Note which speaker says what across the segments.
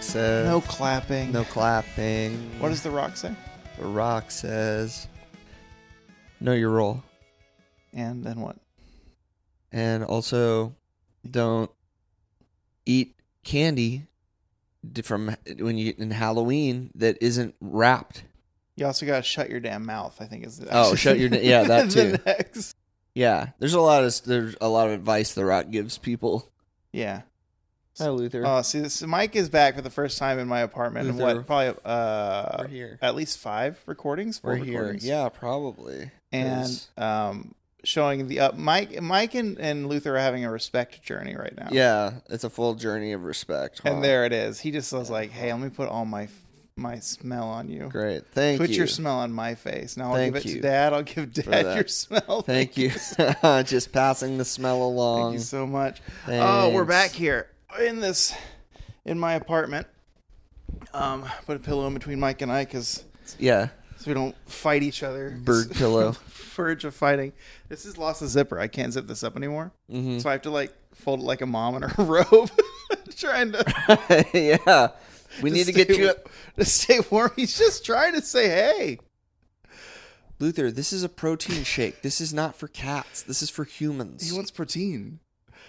Speaker 1: says.
Speaker 2: No clapping.
Speaker 1: No clapping.
Speaker 2: What does The Rock say?
Speaker 1: The Rock says? Know your role,
Speaker 2: And then what?
Speaker 1: and also don't eat candy d- from when you in Halloween that isn't wrapped.
Speaker 2: You also got to shut your damn mouth, I think is the
Speaker 1: Oh, shut your da- yeah, that
Speaker 2: the
Speaker 1: too.
Speaker 2: next.
Speaker 1: Yeah, there's a lot of there's a lot of advice The Rock gives people. Uh,
Speaker 2: Yeah.
Speaker 1: Hi, Luther.
Speaker 2: Oh, see, this, Mike is back for the first time in my apartment. in
Speaker 1: Luther.
Speaker 2: What? Probably uh,
Speaker 1: We're here.
Speaker 2: at least five recordings. Four
Speaker 1: We're here.
Speaker 2: recordings.
Speaker 1: Yeah, probably.
Speaker 2: and
Speaker 1: 'Cause-
Speaker 2: um, showing the up. Mike, Mike, and, and Luther are having a respect journey right now.
Speaker 1: yeah, it's a full journey of respect. huh?
Speaker 2: and there it is. He just was like, "Hey, let me put all my my smell on you.
Speaker 1: Great. Thank
Speaker 2: put
Speaker 1: you.
Speaker 2: your smell on my face. Now I'll
Speaker 1: Thank
Speaker 2: give it
Speaker 1: you
Speaker 2: to Dad. I'll give Dad
Speaker 1: that.
Speaker 2: your smell.
Speaker 1: Thank you. Just passing the smell
Speaker 2: Thank
Speaker 1: along.
Speaker 2: you so much. Oh, we're back
Speaker 1: Thanks.
Speaker 2: here in this in my apartment. Um, put a pillow in between Mike and I because
Speaker 1: Yeah.
Speaker 2: so we don't fight each other.
Speaker 1: Bird pillow.
Speaker 2: verge of fighting. This is lost a zipper. I can't zip this up anymore.
Speaker 1: Mm-hmm.
Speaker 2: So I have to like fold it like a mom in her robe, trying to.
Speaker 1: yeah. We need to get
Speaker 2: stay-
Speaker 1: you up.
Speaker 2: to stay warm. He's just trying to say, "Hey,
Speaker 1: Luther, this is a protein shake. This is not for cats. This is for humans.
Speaker 2: he wants protein."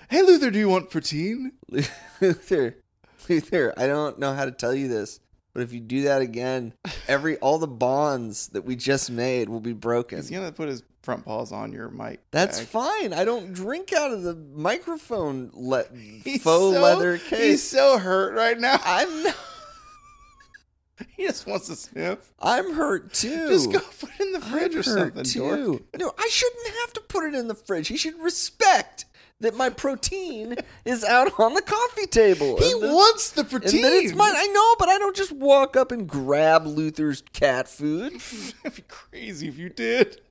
Speaker 2: Hey, Luther, do you want protein?
Speaker 1: Luther, Luther, I don't know how to tell you this, but if you do that again, every all the bonds that we just made will be broken.
Speaker 2: He's gonna put his front paws on your mic.
Speaker 1: That's
Speaker 2: bag.
Speaker 1: fine. I don't drink out of the microphone le-
Speaker 2: He's
Speaker 1: faux
Speaker 2: so-
Speaker 1: leather
Speaker 2: He's
Speaker 1: case.
Speaker 2: so hurt right now.
Speaker 1: I'm not-
Speaker 2: He just wants to sniff.
Speaker 1: I'm hurt too.
Speaker 2: Just go put it in the fridge
Speaker 1: I'm
Speaker 2: or
Speaker 1: hurt
Speaker 2: something, dork.
Speaker 1: No, I shouldn't have to put it in the fridge. He should respect that my protein is out on the coffee table.
Speaker 2: He
Speaker 1: and that-
Speaker 2: wants the
Speaker 1: and
Speaker 2: protein.
Speaker 1: that it's mine. I know, but I don't just walk up and grab Luther's cat food.
Speaker 2: That'd be crazy if you did.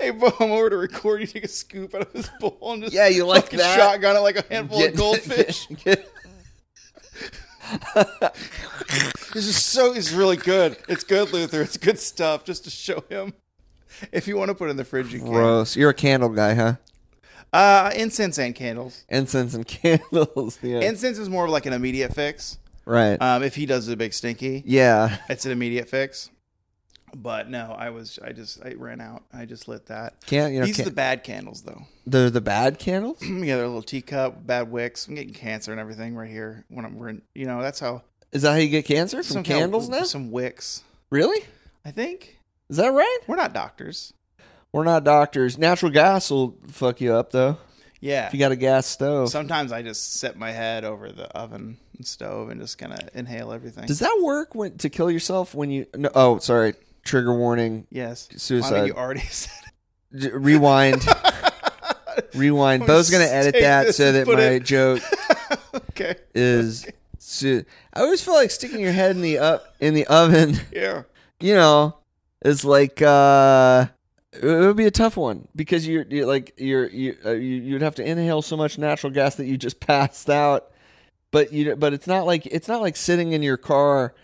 Speaker 2: Hey, Bo, I'm over to record. You take a scoop out of this bowl and just
Speaker 1: Yeah, you like
Speaker 2: fucking
Speaker 1: that?
Speaker 2: shotgun it like a handful of
Speaker 1: Get-
Speaker 2: goldfish.
Speaker 1: get-
Speaker 2: This is so. It's really good. It's good, Luther. It's good stuff. Just to show him. If you want to put it in the fridge, you can.
Speaker 1: Gross. You're a candle guy, huh?
Speaker 2: Uh, incense and candles.
Speaker 1: Incense and candles. Yeah.
Speaker 2: Incense is more of like an immediate fix.
Speaker 1: right.
Speaker 2: Um, if he does a big stinky,
Speaker 1: yeah.
Speaker 2: it's an immediate fix. But no, I was. I just. I ran out. I just lit that.
Speaker 1: Can't you know?
Speaker 2: These
Speaker 1: can-
Speaker 2: are the bad candles, though.
Speaker 1: they're the bad candles.
Speaker 2: yeah, they're a little teacup, bad wicks. I'm getting cancer and everything right here when I'm we're in, you know that's how
Speaker 1: Is that how you get cancer from
Speaker 2: some kind of-
Speaker 1: candles now?
Speaker 2: Some wicks,
Speaker 1: really?
Speaker 2: I think.
Speaker 1: Is that right?
Speaker 2: We're not doctors.
Speaker 1: We're not doctors. Natural gas will fuck you up though.
Speaker 2: Yeah.
Speaker 1: If you got a gas stove.
Speaker 2: Sometimes I just set my head over the oven and stove and just kind of inhale everything.
Speaker 1: Does that work when to kill yourself when you no, oh sorry, trigger warning.
Speaker 2: yes.
Speaker 1: Suicide.
Speaker 2: I mean, you already said.
Speaker 1: J- rewind. rewind.
Speaker 2: I'm
Speaker 1: Bo's gonna
Speaker 2: just
Speaker 1: edit
Speaker 2: take
Speaker 1: that
Speaker 2: this
Speaker 1: so
Speaker 2: and
Speaker 1: that
Speaker 2: put
Speaker 1: my
Speaker 2: it-
Speaker 1: joke
Speaker 2: okay.
Speaker 1: is su- I always feel like sticking your head in the up in the oven,
Speaker 2: Yeah.
Speaker 1: you know, is like uh it would be a tough one because you're, you're like you're you uh, you- you'd have to inhale so much natural gas that you just passed out. But you but it's not like it's not like sitting in your car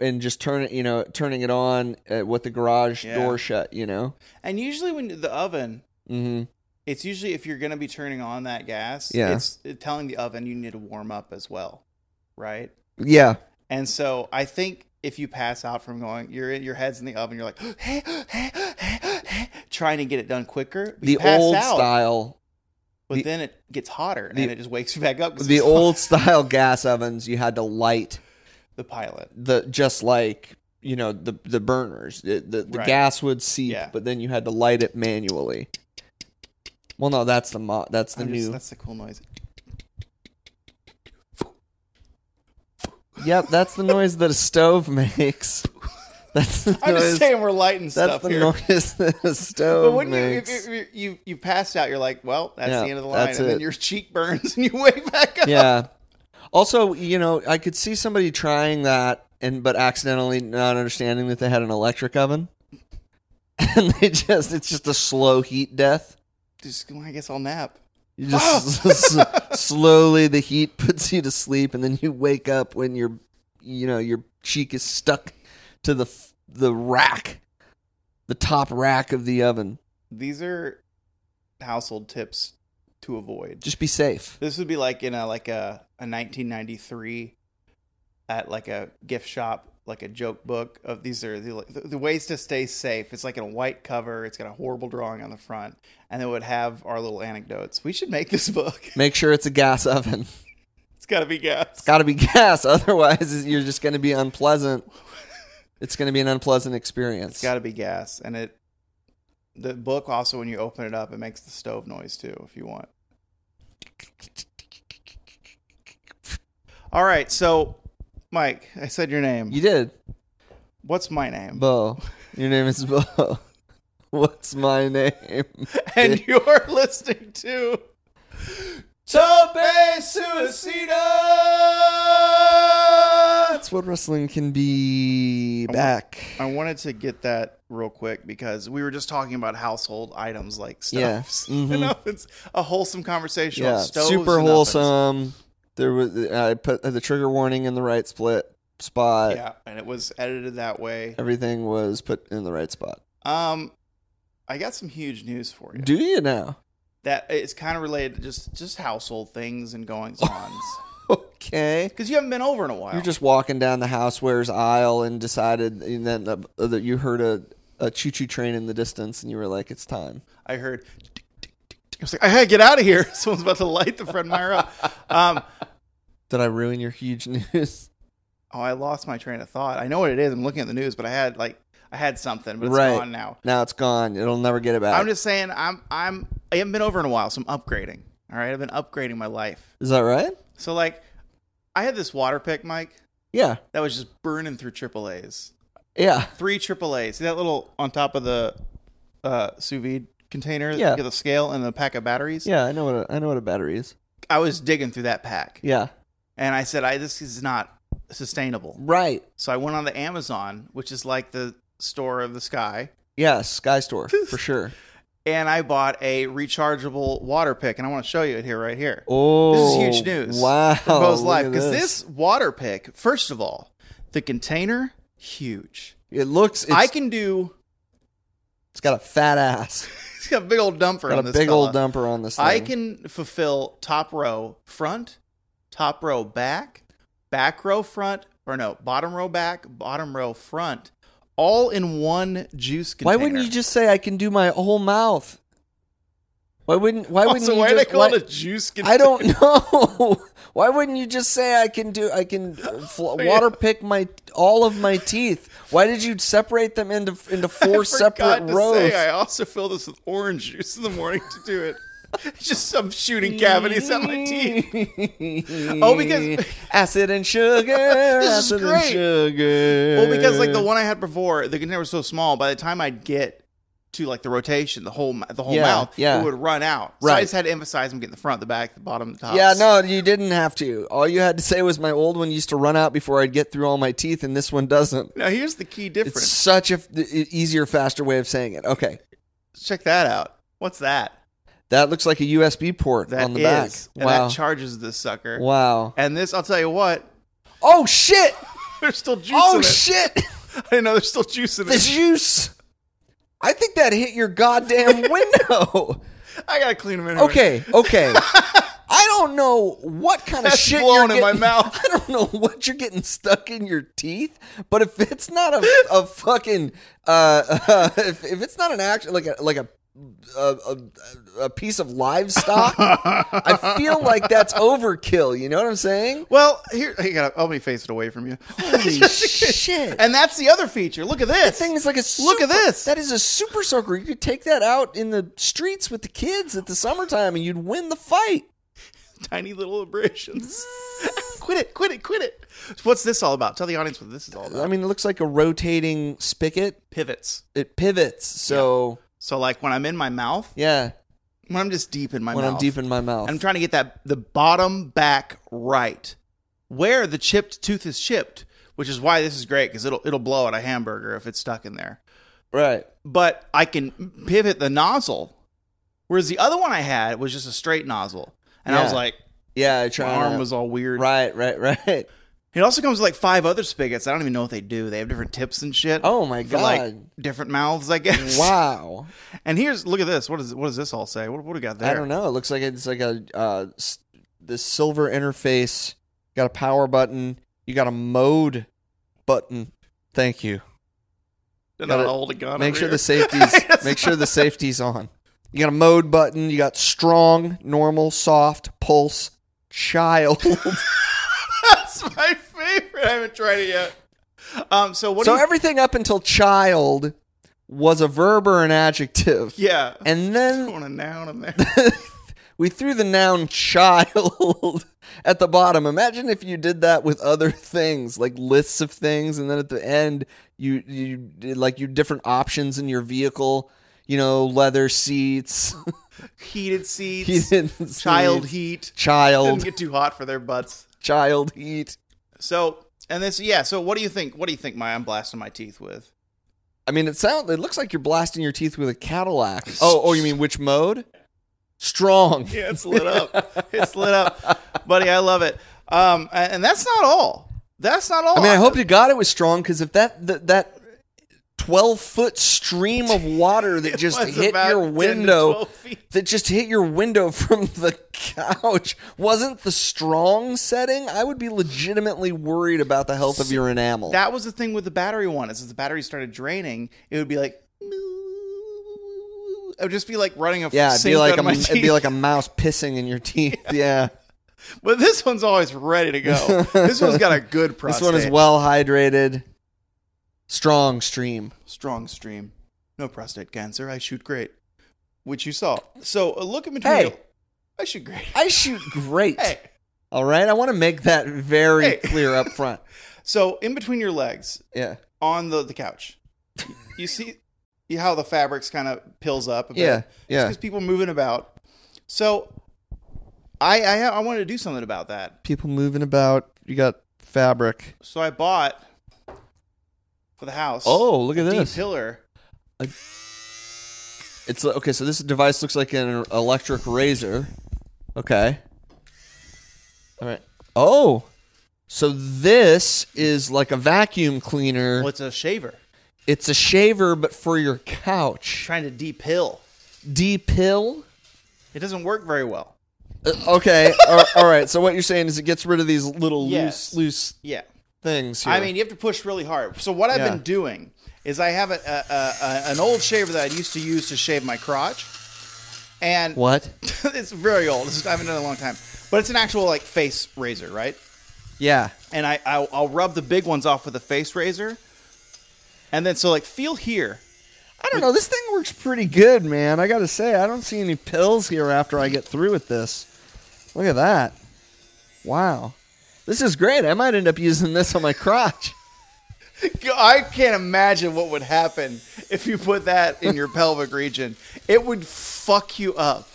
Speaker 1: and just turn it you know turning it on uh, with the garage
Speaker 2: Yeah.
Speaker 1: door shut you know.
Speaker 2: And usually when the oven,
Speaker 1: Mm-hmm.
Speaker 2: it's usually if you're gonna be turning on that gas,
Speaker 1: Yeah.
Speaker 2: it's telling the oven you need to warm up as well, right?
Speaker 1: Yeah,
Speaker 2: And so I think if you pass out from going, your your head's in the oven, you're like trying to get it done quicker. but
Speaker 1: the
Speaker 2: you pass
Speaker 1: old
Speaker 2: out,
Speaker 1: style
Speaker 2: but
Speaker 1: the-
Speaker 2: then it gets hotter
Speaker 1: the-
Speaker 2: and it just wakes you back up. 'cause
Speaker 1: the
Speaker 2: it's
Speaker 1: old style gas ovens you had to light
Speaker 2: the pilot.
Speaker 1: the just like you know the the burners the the, the
Speaker 2: Right.
Speaker 1: gas would seep
Speaker 2: Yeah.
Speaker 1: but then you had to light it manually well no that's the mo- that's the
Speaker 2: I'm just-
Speaker 1: new
Speaker 2: that's the cool noise.
Speaker 1: yep that's the noise that a stove makes that's the
Speaker 2: I'm just
Speaker 1: noise
Speaker 2: saying we're lighting
Speaker 1: that's
Speaker 2: stuff
Speaker 1: the
Speaker 2: here.
Speaker 1: noise that a
Speaker 2: But
Speaker 1: stove
Speaker 2: when you
Speaker 1: makes
Speaker 2: if, if, if you you passed out, you're like, well, that's
Speaker 1: Yeah,
Speaker 2: the end of the line,
Speaker 1: that's
Speaker 2: and then
Speaker 1: it.
Speaker 2: your cheek burns and you wake back up.
Speaker 1: yeah also you know i could see somebody trying that and but accidentally not understanding that they had an electric oven and they just it's just a slow heat death
Speaker 2: Just, well, I guess I'll nap.
Speaker 1: You just
Speaker 2: Oh.
Speaker 1: s- s- slowly the heat puts you to sleep, and then you wake up when your, you know, your cheek is stuck to the f- the rack, the top rack of the oven.
Speaker 2: These are household tips to avoid.
Speaker 1: Just be safe.
Speaker 2: This would be like in a like a, a 1993 at like a gift shop, like a joke book of these are the, the, the ways to stay safe. It's like in a white cover. It's got a horrible drawing on the front, and it would have our little anecdotes. We should make this book.
Speaker 1: Make sure it's a gas oven.
Speaker 2: It's got to be gas.
Speaker 1: Got to be gas, otherwise you're just going to be unpleasant. It's going to be an unpleasant
Speaker 2: It's
Speaker 1: experience.
Speaker 2: got to be gas, and it. The book also, when you open it up, it makes the stove noise too. If you want. All right, so Mike, I said your name.
Speaker 1: you did,
Speaker 2: What's my name?
Speaker 1: Bo. Your name is Bo. What's my name?
Speaker 2: and you're listening to Tope Suicida.
Speaker 1: That's what wrestling can be.
Speaker 2: I want-
Speaker 1: Back.
Speaker 2: I wanted to get that real quick because we were just talking about household items like
Speaker 1: Yeah.
Speaker 2: stuffs.
Speaker 1: Mhm.
Speaker 2: you know, it's a wholesome conversation. on
Speaker 1: yeah,
Speaker 2: stoves
Speaker 1: super
Speaker 2: and ovens.
Speaker 1: wholesome. There was I put the trigger warning in the right split spot.
Speaker 2: Yeah, and it was edited that way.
Speaker 1: Everything was put in the right spot.
Speaker 2: Um, I got some huge news for you.
Speaker 1: Do you now?
Speaker 2: That it's kind of related to just just household things and goings ons
Speaker 1: Okay.
Speaker 2: because you haven't been over in a while.
Speaker 1: You're just walking down the housewares aisle and decided and then uh, that you heard a, a choo-choo train in the distance and you were like, "It's time."
Speaker 2: I heard. tick, tick, tick, tick. I was like, I gotta get out of here. Someone's about to light the Fred Meyer up. Um,
Speaker 1: Did I ruin your huge news?
Speaker 2: oh, I lost my train of thought. I know what it is. I'm looking at the news, but I had like I had something, but it's
Speaker 1: Right.
Speaker 2: gone now.
Speaker 1: now it's gone. It'll never get it back.
Speaker 2: I'm just saying, I'm I'm I haven't been over in a while, so I'm upgrading. All right, I've been upgrading my life.
Speaker 1: Is that right?
Speaker 2: So like, I had this water pick, Mike,
Speaker 1: Yeah.
Speaker 2: that was just burning through triple A's.
Speaker 1: Yeah.
Speaker 2: Three triple A's. See that little on top of the uh, sous vide container? that
Speaker 1: Yeah.
Speaker 2: You get the scale and the pack of batteries.
Speaker 1: Yeah, I know what a, I know what a battery is.
Speaker 2: I was digging through that pack,
Speaker 1: Yeah.
Speaker 2: and I said, I this is not sustainable.
Speaker 1: Right.
Speaker 2: So I went on the Amazon, which is like the store of the sky,
Speaker 1: Yeah, Sky Store for sure.
Speaker 2: and I bought a rechargeable water pick, and I want to show you it here, right here.
Speaker 1: Oh,
Speaker 2: huge news
Speaker 1: Wow,
Speaker 2: for Bo's
Speaker 1: Oh, look
Speaker 2: life
Speaker 1: at
Speaker 2: because this. water pick, first of all, the container huge.
Speaker 1: it looks. It's,
Speaker 2: I can do.
Speaker 1: it's got a fat ass.
Speaker 2: It's got a big old dumper
Speaker 1: Got
Speaker 2: on
Speaker 1: a
Speaker 2: this.
Speaker 1: big
Speaker 2: fella.
Speaker 1: old dumper on this. Thing.
Speaker 2: I can fulfill top row front, top row back, back row front, or no, bottom row back, bottom row front, all in one juice
Speaker 1: Why
Speaker 2: container.
Speaker 1: wouldn't you just say I can do my whole mouth? Why wouldn't? Why wouldn't
Speaker 2: so
Speaker 1: you?
Speaker 2: why
Speaker 1: just,
Speaker 2: they call
Speaker 1: why-
Speaker 2: it a juice container?
Speaker 1: I don't know. Why wouldn't you just say I can do? I can uh, fl- water pick my all of my teeth. Why did you separate them into into four separate
Speaker 2: to
Speaker 1: rows?
Speaker 2: Say, I also fill this with orange juice in the morning to do it. It's just some shooting cavities at my teeth. Oh, because-
Speaker 1: acid and sugar.
Speaker 2: This is
Speaker 1: acid
Speaker 2: great.
Speaker 1: And sugar.
Speaker 2: Well, because
Speaker 1: Uh.
Speaker 2: like the one I had before, the container was so small. By the time I'd get to like the rotation, the whole the whole
Speaker 1: Yeah,
Speaker 2: mouth,
Speaker 1: yeah.
Speaker 2: it would run out. So I
Speaker 1: Right.
Speaker 2: just had to emphasize them getting the front, the back, the bottom, the top.
Speaker 1: Yeah, no, you didn't have to. All you had to say was my old one used to run out before I'd get through all my teeth, and this one doesn't.
Speaker 2: Now here's the key
Speaker 1: It's
Speaker 2: difference.
Speaker 1: such a f- e- easier, faster way of saying it. Okay,
Speaker 2: Check that out. What's that?
Speaker 1: that looks like a USB port
Speaker 2: That
Speaker 1: on the
Speaker 2: is-
Speaker 1: back.
Speaker 2: and
Speaker 1: Wow,
Speaker 2: that charges this sucker.
Speaker 1: wow.
Speaker 2: And this, I'll tell you what,
Speaker 1: Oh shit!
Speaker 2: there's still juice
Speaker 1: Oh
Speaker 2: in it.
Speaker 1: shit!
Speaker 2: I didn't know there's still juice in
Speaker 1: the
Speaker 2: it.
Speaker 1: juice. I think that hit your goddamn window.
Speaker 2: I gotta clean them in.
Speaker 1: Okay, okay. I don't know what kind
Speaker 2: That's
Speaker 1: of shit
Speaker 2: blown
Speaker 1: you're
Speaker 2: in my
Speaker 1: getting-
Speaker 2: mouth.
Speaker 1: I don't know what you're getting stuck in your teeth, but if it's not a, a fucking uh, uh if, if it's not an action like a like a a, a, a piece of livestock, I feel like that's overkill. You know what I'm saying?
Speaker 2: Well, here, I gotta, let me face it away from you.
Speaker 1: Holy shit!
Speaker 2: And that's the other feature. Look at this.
Speaker 1: thing is like a
Speaker 2: Look at
Speaker 1: super-
Speaker 2: this.
Speaker 1: That is a super soaker. You could take that out in the streets with the kids at the summertime, and you'd win the fight.
Speaker 2: Tiny little abrasions.
Speaker 1: Mm.
Speaker 2: quit it, quit it, quit it. So what's this all about? Tell the audience what this is all about.
Speaker 1: I mean, it looks like a rotating spigot.
Speaker 2: Pivots.
Speaker 1: It pivots. So
Speaker 2: So like when I'm in my mouth,
Speaker 1: yeah,
Speaker 2: when I'm just deep in my
Speaker 1: when
Speaker 2: mouth.
Speaker 1: I'm deep in my mouth,
Speaker 2: I'm trying to get that the bottom back right, where the chipped tooth is chipped, which is why this is great because it'll it'll blow out a hamburger if it's stuck in there.
Speaker 1: right.
Speaker 2: But I can pivot the nozzle, whereas the other one I had was just a straight nozzle, and I was
Speaker 1: Yeah.
Speaker 2: like,
Speaker 1: Yeah, I
Speaker 2: my
Speaker 1: try.
Speaker 2: arm was all weird.
Speaker 1: right, right, right.
Speaker 2: It also comes with like five other spigots. I don't even know what they do. They have different tips and shit.
Speaker 1: Oh my
Speaker 2: for, like
Speaker 1: God.
Speaker 2: different mouths, I guess.
Speaker 1: Wow.
Speaker 2: And here's look at this. What is what does this all say? What what do we got there?
Speaker 1: I don't know. It looks like it's like a uh, s- this silver interface. Got a power button. You got a mode button. Thank you.
Speaker 2: They're
Speaker 1: Gotta
Speaker 2: not hold a gun.
Speaker 1: Make
Speaker 2: over
Speaker 1: sure
Speaker 2: here.
Speaker 1: the safety's make sure the safety's on. You got a mode button. You got strong, normal, soft, pulse, child.
Speaker 2: That's my favorite. I haven't tried it yet. Um. So what?
Speaker 1: so
Speaker 2: do you,
Speaker 1: everything up until child was a verb or an adjective,
Speaker 2: yeah.
Speaker 1: and
Speaker 2: I
Speaker 1: then
Speaker 2: want a noun in there.
Speaker 1: we threw the noun child at the bottom. Imagine if you did that with other things, like lists of things, and then at the end you you did like you different options in your vehicle. You know, leather seats,
Speaker 2: Heated seats.
Speaker 1: heated
Speaker 2: child
Speaker 1: seats,
Speaker 2: heat. Didn't
Speaker 1: child,
Speaker 2: get too hot for their butts.
Speaker 1: child heat.
Speaker 2: So and this yeah. So what do you think? What do you think? My I'm blasting my teeth with.
Speaker 1: I mean, it sounds. It looks like you're blasting your teeth with a Cadillac. Oh, oh, you mean which mode? Strong.
Speaker 2: Yeah, it's lit up. it's lit up, buddy. I love it. Um. And, and that's not all. That's not all.
Speaker 1: I mean, I hope you got it was strong because if that that, that twelve foot stream of water that just
Speaker 2: It's
Speaker 1: hit
Speaker 2: about
Speaker 1: your
Speaker 2: 10 to
Speaker 1: window
Speaker 2: 12 feet.
Speaker 1: that just hit your window from the couch wasn't the strong setting, I would be legitimately worried about the health of your enamel.
Speaker 2: That was the thing with the battery one. Is as the battery started draining, it would be like. It would just be like running a
Speaker 1: yeah, it'd
Speaker 2: sink
Speaker 1: be like
Speaker 2: on
Speaker 1: a
Speaker 2: my
Speaker 1: it'd be
Speaker 2: teeth.
Speaker 1: like a mouse pissing in your teeth. Yeah,
Speaker 2: But this one's always ready to go. this one's got a good
Speaker 1: this
Speaker 2: prostate.
Speaker 1: one is well hydrated, strong stream.
Speaker 2: strong stream. No prostate cancer. I shoot great, which you saw. So a look in between.
Speaker 1: Hey.
Speaker 2: your- I shoot great.
Speaker 1: I shoot great.
Speaker 2: Hey,
Speaker 1: All right, I want to make that very
Speaker 2: Hey.
Speaker 1: clear up front.
Speaker 2: so in between your legs
Speaker 1: Yeah.
Speaker 2: on the the couch, you see you- how the fabrics kind of pills up. A bit.
Speaker 1: Yeah, yeah.
Speaker 2: because people moving about. So I, I I wanted to do something about that.
Speaker 1: People moving about. You got fabric.
Speaker 2: So I bought for the house.
Speaker 1: Oh, look at
Speaker 2: a
Speaker 1: this.
Speaker 2: pillar.
Speaker 1: It's li- okay. So this device looks like an electric razor. Okay. All right. Oh, so this is like a vacuum cleaner.
Speaker 2: What's a shaver?
Speaker 1: It's a shaver, but for your couch.
Speaker 2: Trying to depill.
Speaker 1: D pill.
Speaker 2: It doesn't work very well.
Speaker 1: Uh, okay. all- all right. So what you're saying is it gets rid of these little
Speaker 2: Yes.
Speaker 1: loose loose
Speaker 2: Yeah.
Speaker 1: things. Here.
Speaker 2: I mean, you have to push really hard. So what I've
Speaker 1: Yeah.
Speaker 2: been doing is I have a, a, a, a- an old shaver that I used to use to shave my crotch, and
Speaker 1: what?
Speaker 2: it's very old. This is, I haven't done it in a long time, but it's an actual like face razor, right?
Speaker 1: Yeah.
Speaker 2: And I I'll, I'll rub the big ones off with a face razor, and then so like feel here.
Speaker 1: I don't know. This thing works pretty good, man. I got to say, I don't see any pills here after I get through with this. Look at that. Wow. This is great. I might end up using this on my crotch.
Speaker 2: I can't imagine what would happen if you put that in your pelvic region. It would fuck you up.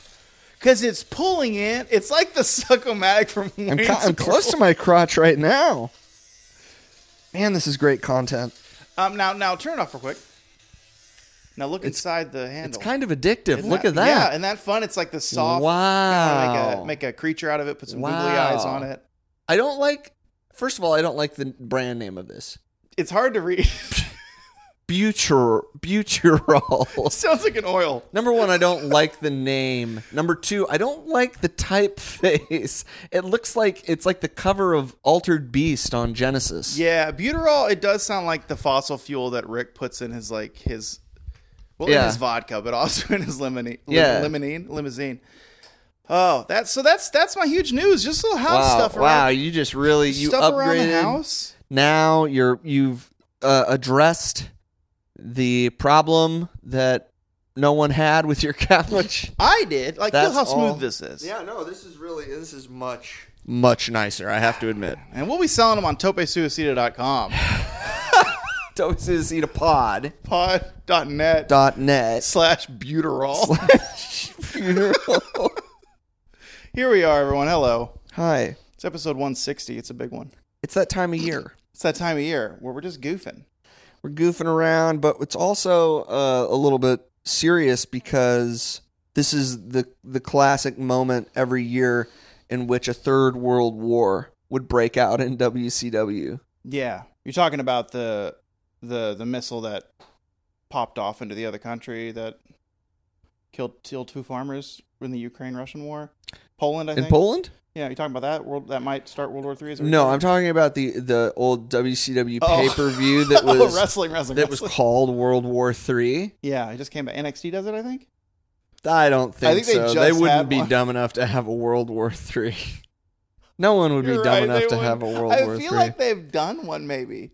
Speaker 2: Cause it's pulling in. It's like the suckomatic from.
Speaker 1: I'm,
Speaker 2: Wayne's
Speaker 1: co- I'm
Speaker 2: World.
Speaker 1: close to my crotch right now. Man, this is great content.
Speaker 2: Um, now, now turn it off real quick. Now look inside the handle.
Speaker 1: It's kind of addictive.
Speaker 2: Isn't
Speaker 1: Look at
Speaker 2: Yeah,
Speaker 1: that.
Speaker 2: and that fun. It's like the soft.
Speaker 1: Wow.
Speaker 2: kinda Make a, make a creature out of it. Put some googly eyes
Speaker 1: Wow.
Speaker 2: on it.
Speaker 1: I don't like, first of all, I don't like the brand name of this.
Speaker 2: It's hard to read.
Speaker 1: Butyr, butyrol.
Speaker 2: Sounds like an oil.
Speaker 1: Number one, I don't like the name. Number two, I don't like the typeface. It looks like it's like the cover of Altered Beast on Genesis.
Speaker 2: Yeah, butyrol. It does sound like the fossil fuel that Rick puts in his like his, well, in
Speaker 1: Yeah.
Speaker 2: his vodka, but also in his lemonade.
Speaker 1: Yeah.
Speaker 2: lemonade, limousine. Oh, that's so. That's that's my huge news. Just little house
Speaker 1: Wow,
Speaker 2: stuff.
Speaker 1: wow,
Speaker 2: Around,
Speaker 1: you just really you
Speaker 2: stuff around
Speaker 1: upgraded.
Speaker 2: the house.
Speaker 1: Now you're you've uh, addressed the problem that no one had with your couch.
Speaker 2: I did. Like, feel
Speaker 1: That's
Speaker 2: how smooth
Speaker 1: all.
Speaker 2: this is.
Speaker 1: no, this is really this is much much nicer, I have to admit.
Speaker 2: And we'll be selling them on topesuicida.com,
Speaker 1: Don't see pod
Speaker 2: pod.net
Speaker 1: dot net
Speaker 2: slash butyrol.
Speaker 1: funeral.
Speaker 2: Here we are, everyone. Hello.
Speaker 1: Hi.
Speaker 2: It's episode 160. It's a big one.
Speaker 1: It's that time of year.
Speaker 2: It's that time of year where we're just goofing.
Speaker 1: we're goofing around, but it's also uh, a little bit serious because this is the the classic moment every year in which a third world war would break out in WCW.
Speaker 2: Yeah. You're talking about the the the missile that popped off into the other country that killed killed two farmers in the Ukraine Russian war. Poland, I
Speaker 1: in
Speaker 2: think.
Speaker 1: Poland?
Speaker 2: Yeah, you talking about that world that might start World War Three? Is
Speaker 1: No, I'm talking about the the old WCW
Speaker 2: Oh.
Speaker 1: pay per view that
Speaker 2: oh,
Speaker 1: was
Speaker 2: wrestling, wrestling,
Speaker 1: that was
Speaker 2: wrestling.
Speaker 1: called World War Three.
Speaker 2: yeah, it just came back. NXT does it, I think.
Speaker 1: I don't think,
Speaker 2: I think they
Speaker 1: so.
Speaker 2: just
Speaker 1: They wouldn't
Speaker 2: had
Speaker 1: be
Speaker 2: one.
Speaker 1: dumb enough to have a World War Three. No one would be
Speaker 2: You're
Speaker 1: dumb
Speaker 2: right,
Speaker 1: enough
Speaker 2: they
Speaker 1: to
Speaker 2: would.
Speaker 1: have a World
Speaker 2: I
Speaker 1: War
Speaker 2: feel
Speaker 1: Three.
Speaker 2: like they've done one maybe.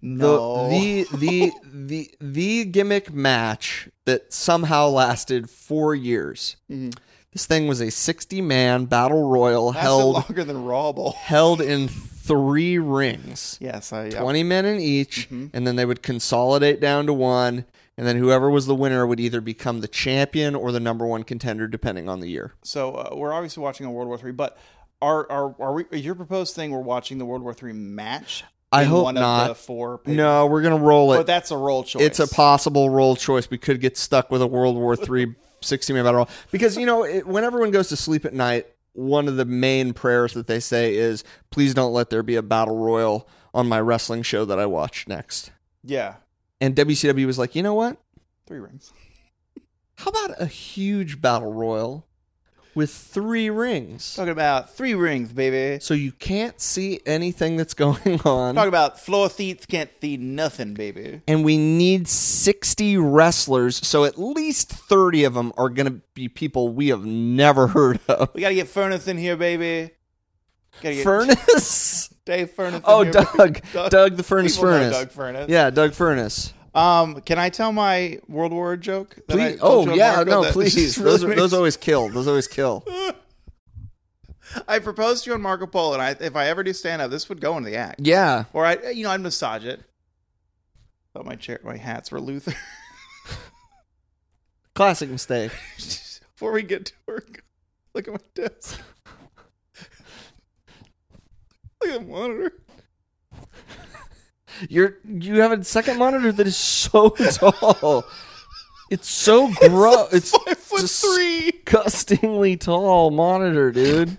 Speaker 1: the,
Speaker 2: No,
Speaker 1: the the the the gimmick match that somehow lasted four years.
Speaker 2: Mhm.
Speaker 1: This thing was a 60 man battle royal
Speaker 2: Lasted
Speaker 1: held
Speaker 2: longer than Raw Bowl.
Speaker 1: held in three rings.
Speaker 2: Yes, I. Yeah.
Speaker 1: 20 men in each,
Speaker 2: Mhm.
Speaker 1: and then they would consolidate down to one, and then whoever was the winner would either become the champion or the number one contender, depending on the year.
Speaker 2: So uh, we're obviously watching a World War Three, but are are are we? Is your proposed thing we're watching the World War Three match?
Speaker 1: I
Speaker 2: in
Speaker 1: hope
Speaker 2: one Of the
Speaker 1: not.
Speaker 2: four. pay-
Speaker 1: No, we're gonna roll
Speaker 2: but
Speaker 1: it.
Speaker 2: that's a role choice.
Speaker 1: It's a possible roll choice. We could get stuck with a World War Three 60 man battle roll because you know it, when everyone goes to sleep at night, one of the main prayers that they say is, "Please don't let there be a battle royal on my wrestling show that I watch next."
Speaker 2: Yeah,
Speaker 1: And WCW was like, "You know what?
Speaker 2: three rings.
Speaker 1: How about a huge battle royal with three rings?
Speaker 2: Talking about three rings, baby.
Speaker 1: So you can't see anything that's going on.
Speaker 2: Talking about floor thieves can't see nothing, baby.
Speaker 1: And we need 60 wrestlers, so at least 30 of them are going to be people we have never heard of.
Speaker 2: We gotta get furnace in here, baby. Gotta get
Speaker 1: Furnace?
Speaker 2: Dave Furnace. in
Speaker 1: Oh,
Speaker 2: here,
Speaker 1: Doug.
Speaker 2: Doug.
Speaker 1: Doug the Furnace
Speaker 2: People know
Speaker 1: Furnace.
Speaker 2: Doug Furnace.
Speaker 1: Yeah, Doug Furnace.
Speaker 2: Um, can I tell my World War joke? that I
Speaker 1: Please,
Speaker 2: told
Speaker 1: oh,
Speaker 2: you on
Speaker 1: yeah,
Speaker 2: Marco
Speaker 1: no,
Speaker 2: that
Speaker 1: please.
Speaker 2: really
Speaker 1: Those, are,
Speaker 2: makes-
Speaker 1: those always kill. Those always kill.
Speaker 2: I proposed to you on Marco Polo, and I, if I ever do stand up, this would go into the act.
Speaker 1: Yeah.
Speaker 2: Or I, you know, I'd massage it. But my chair, my hats were Luther.
Speaker 1: Classic mistake.
Speaker 2: Before we get to work, look at my desk. look at the monitor.
Speaker 1: You're you have a second monitor that is so tall. It's so gross. It's,
Speaker 2: Five foot
Speaker 1: just-
Speaker 2: three.
Speaker 1: disgustingly tall monitor, dude.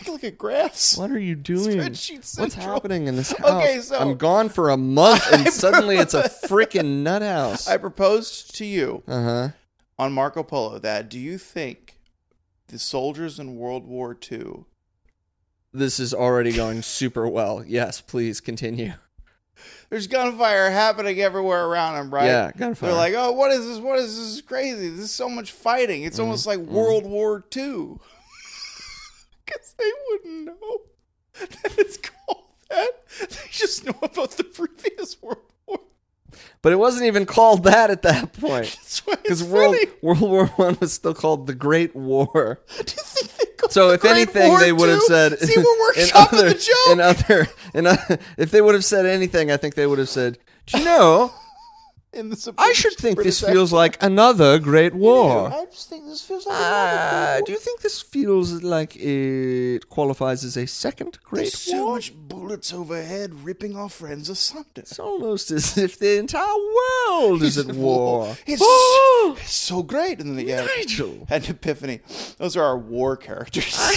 Speaker 2: I can look at graphs.
Speaker 1: What are you doing?
Speaker 2: Spreadsheet
Speaker 1: What's
Speaker 2: Central.
Speaker 1: happening in this house?
Speaker 2: Okay, so-
Speaker 1: I'm gone for a month and
Speaker 2: I
Speaker 1: suddenly it's a freaking nut house. Uh-huh.
Speaker 2: I
Speaker 1: Uh
Speaker 2: proposed to you
Speaker 1: huh.
Speaker 2: on Marco Polo that do you think the soldiers in World War II
Speaker 1: This is already going super well. Yes, please continue.
Speaker 2: there's gunfire happening everywhere around them, right?
Speaker 1: Yeah, gunfire.
Speaker 2: They're like, oh, what is this? What is this? This is crazy. This is so much fighting.
Speaker 1: Mm-hmm.
Speaker 2: It's almost like World War II. Because they wouldn't know that it's called that. They just know about the previous World War.
Speaker 1: but it wasn't even called that at that point.
Speaker 2: That's why it's
Speaker 1: Because World
Speaker 2: funny.
Speaker 1: World War One was still called the Great War.
Speaker 2: Do you think they called
Speaker 1: So
Speaker 2: the
Speaker 1: if
Speaker 2: Great
Speaker 1: anything,
Speaker 2: War
Speaker 1: they would have
Speaker 2: II?
Speaker 1: said.
Speaker 2: See, we're
Speaker 1: in
Speaker 2: workshopping the joke.
Speaker 1: In other, in other, if they would have said anything, I think they would have said, "Do you know,
Speaker 2: In the
Speaker 1: I should think
Speaker 2: British
Speaker 1: this feels like another Great
Speaker 2: accent.
Speaker 1: War."
Speaker 2: I just think this feels like another
Speaker 1: Uh,
Speaker 2: Great
Speaker 1: do you think this feels like it qualifies as a second Great
Speaker 2: There's so
Speaker 1: War?
Speaker 2: much bullets overhead ripping our friends asunder.
Speaker 1: It's almost as if the entire world is at war.
Speaker 2: It's-
Speaker 1: Oh,
Speaker 2: It's so great. And then the yeah,
Speaker 1: Nigel,
Speaker 2: had an epiphany. Those are our war characters.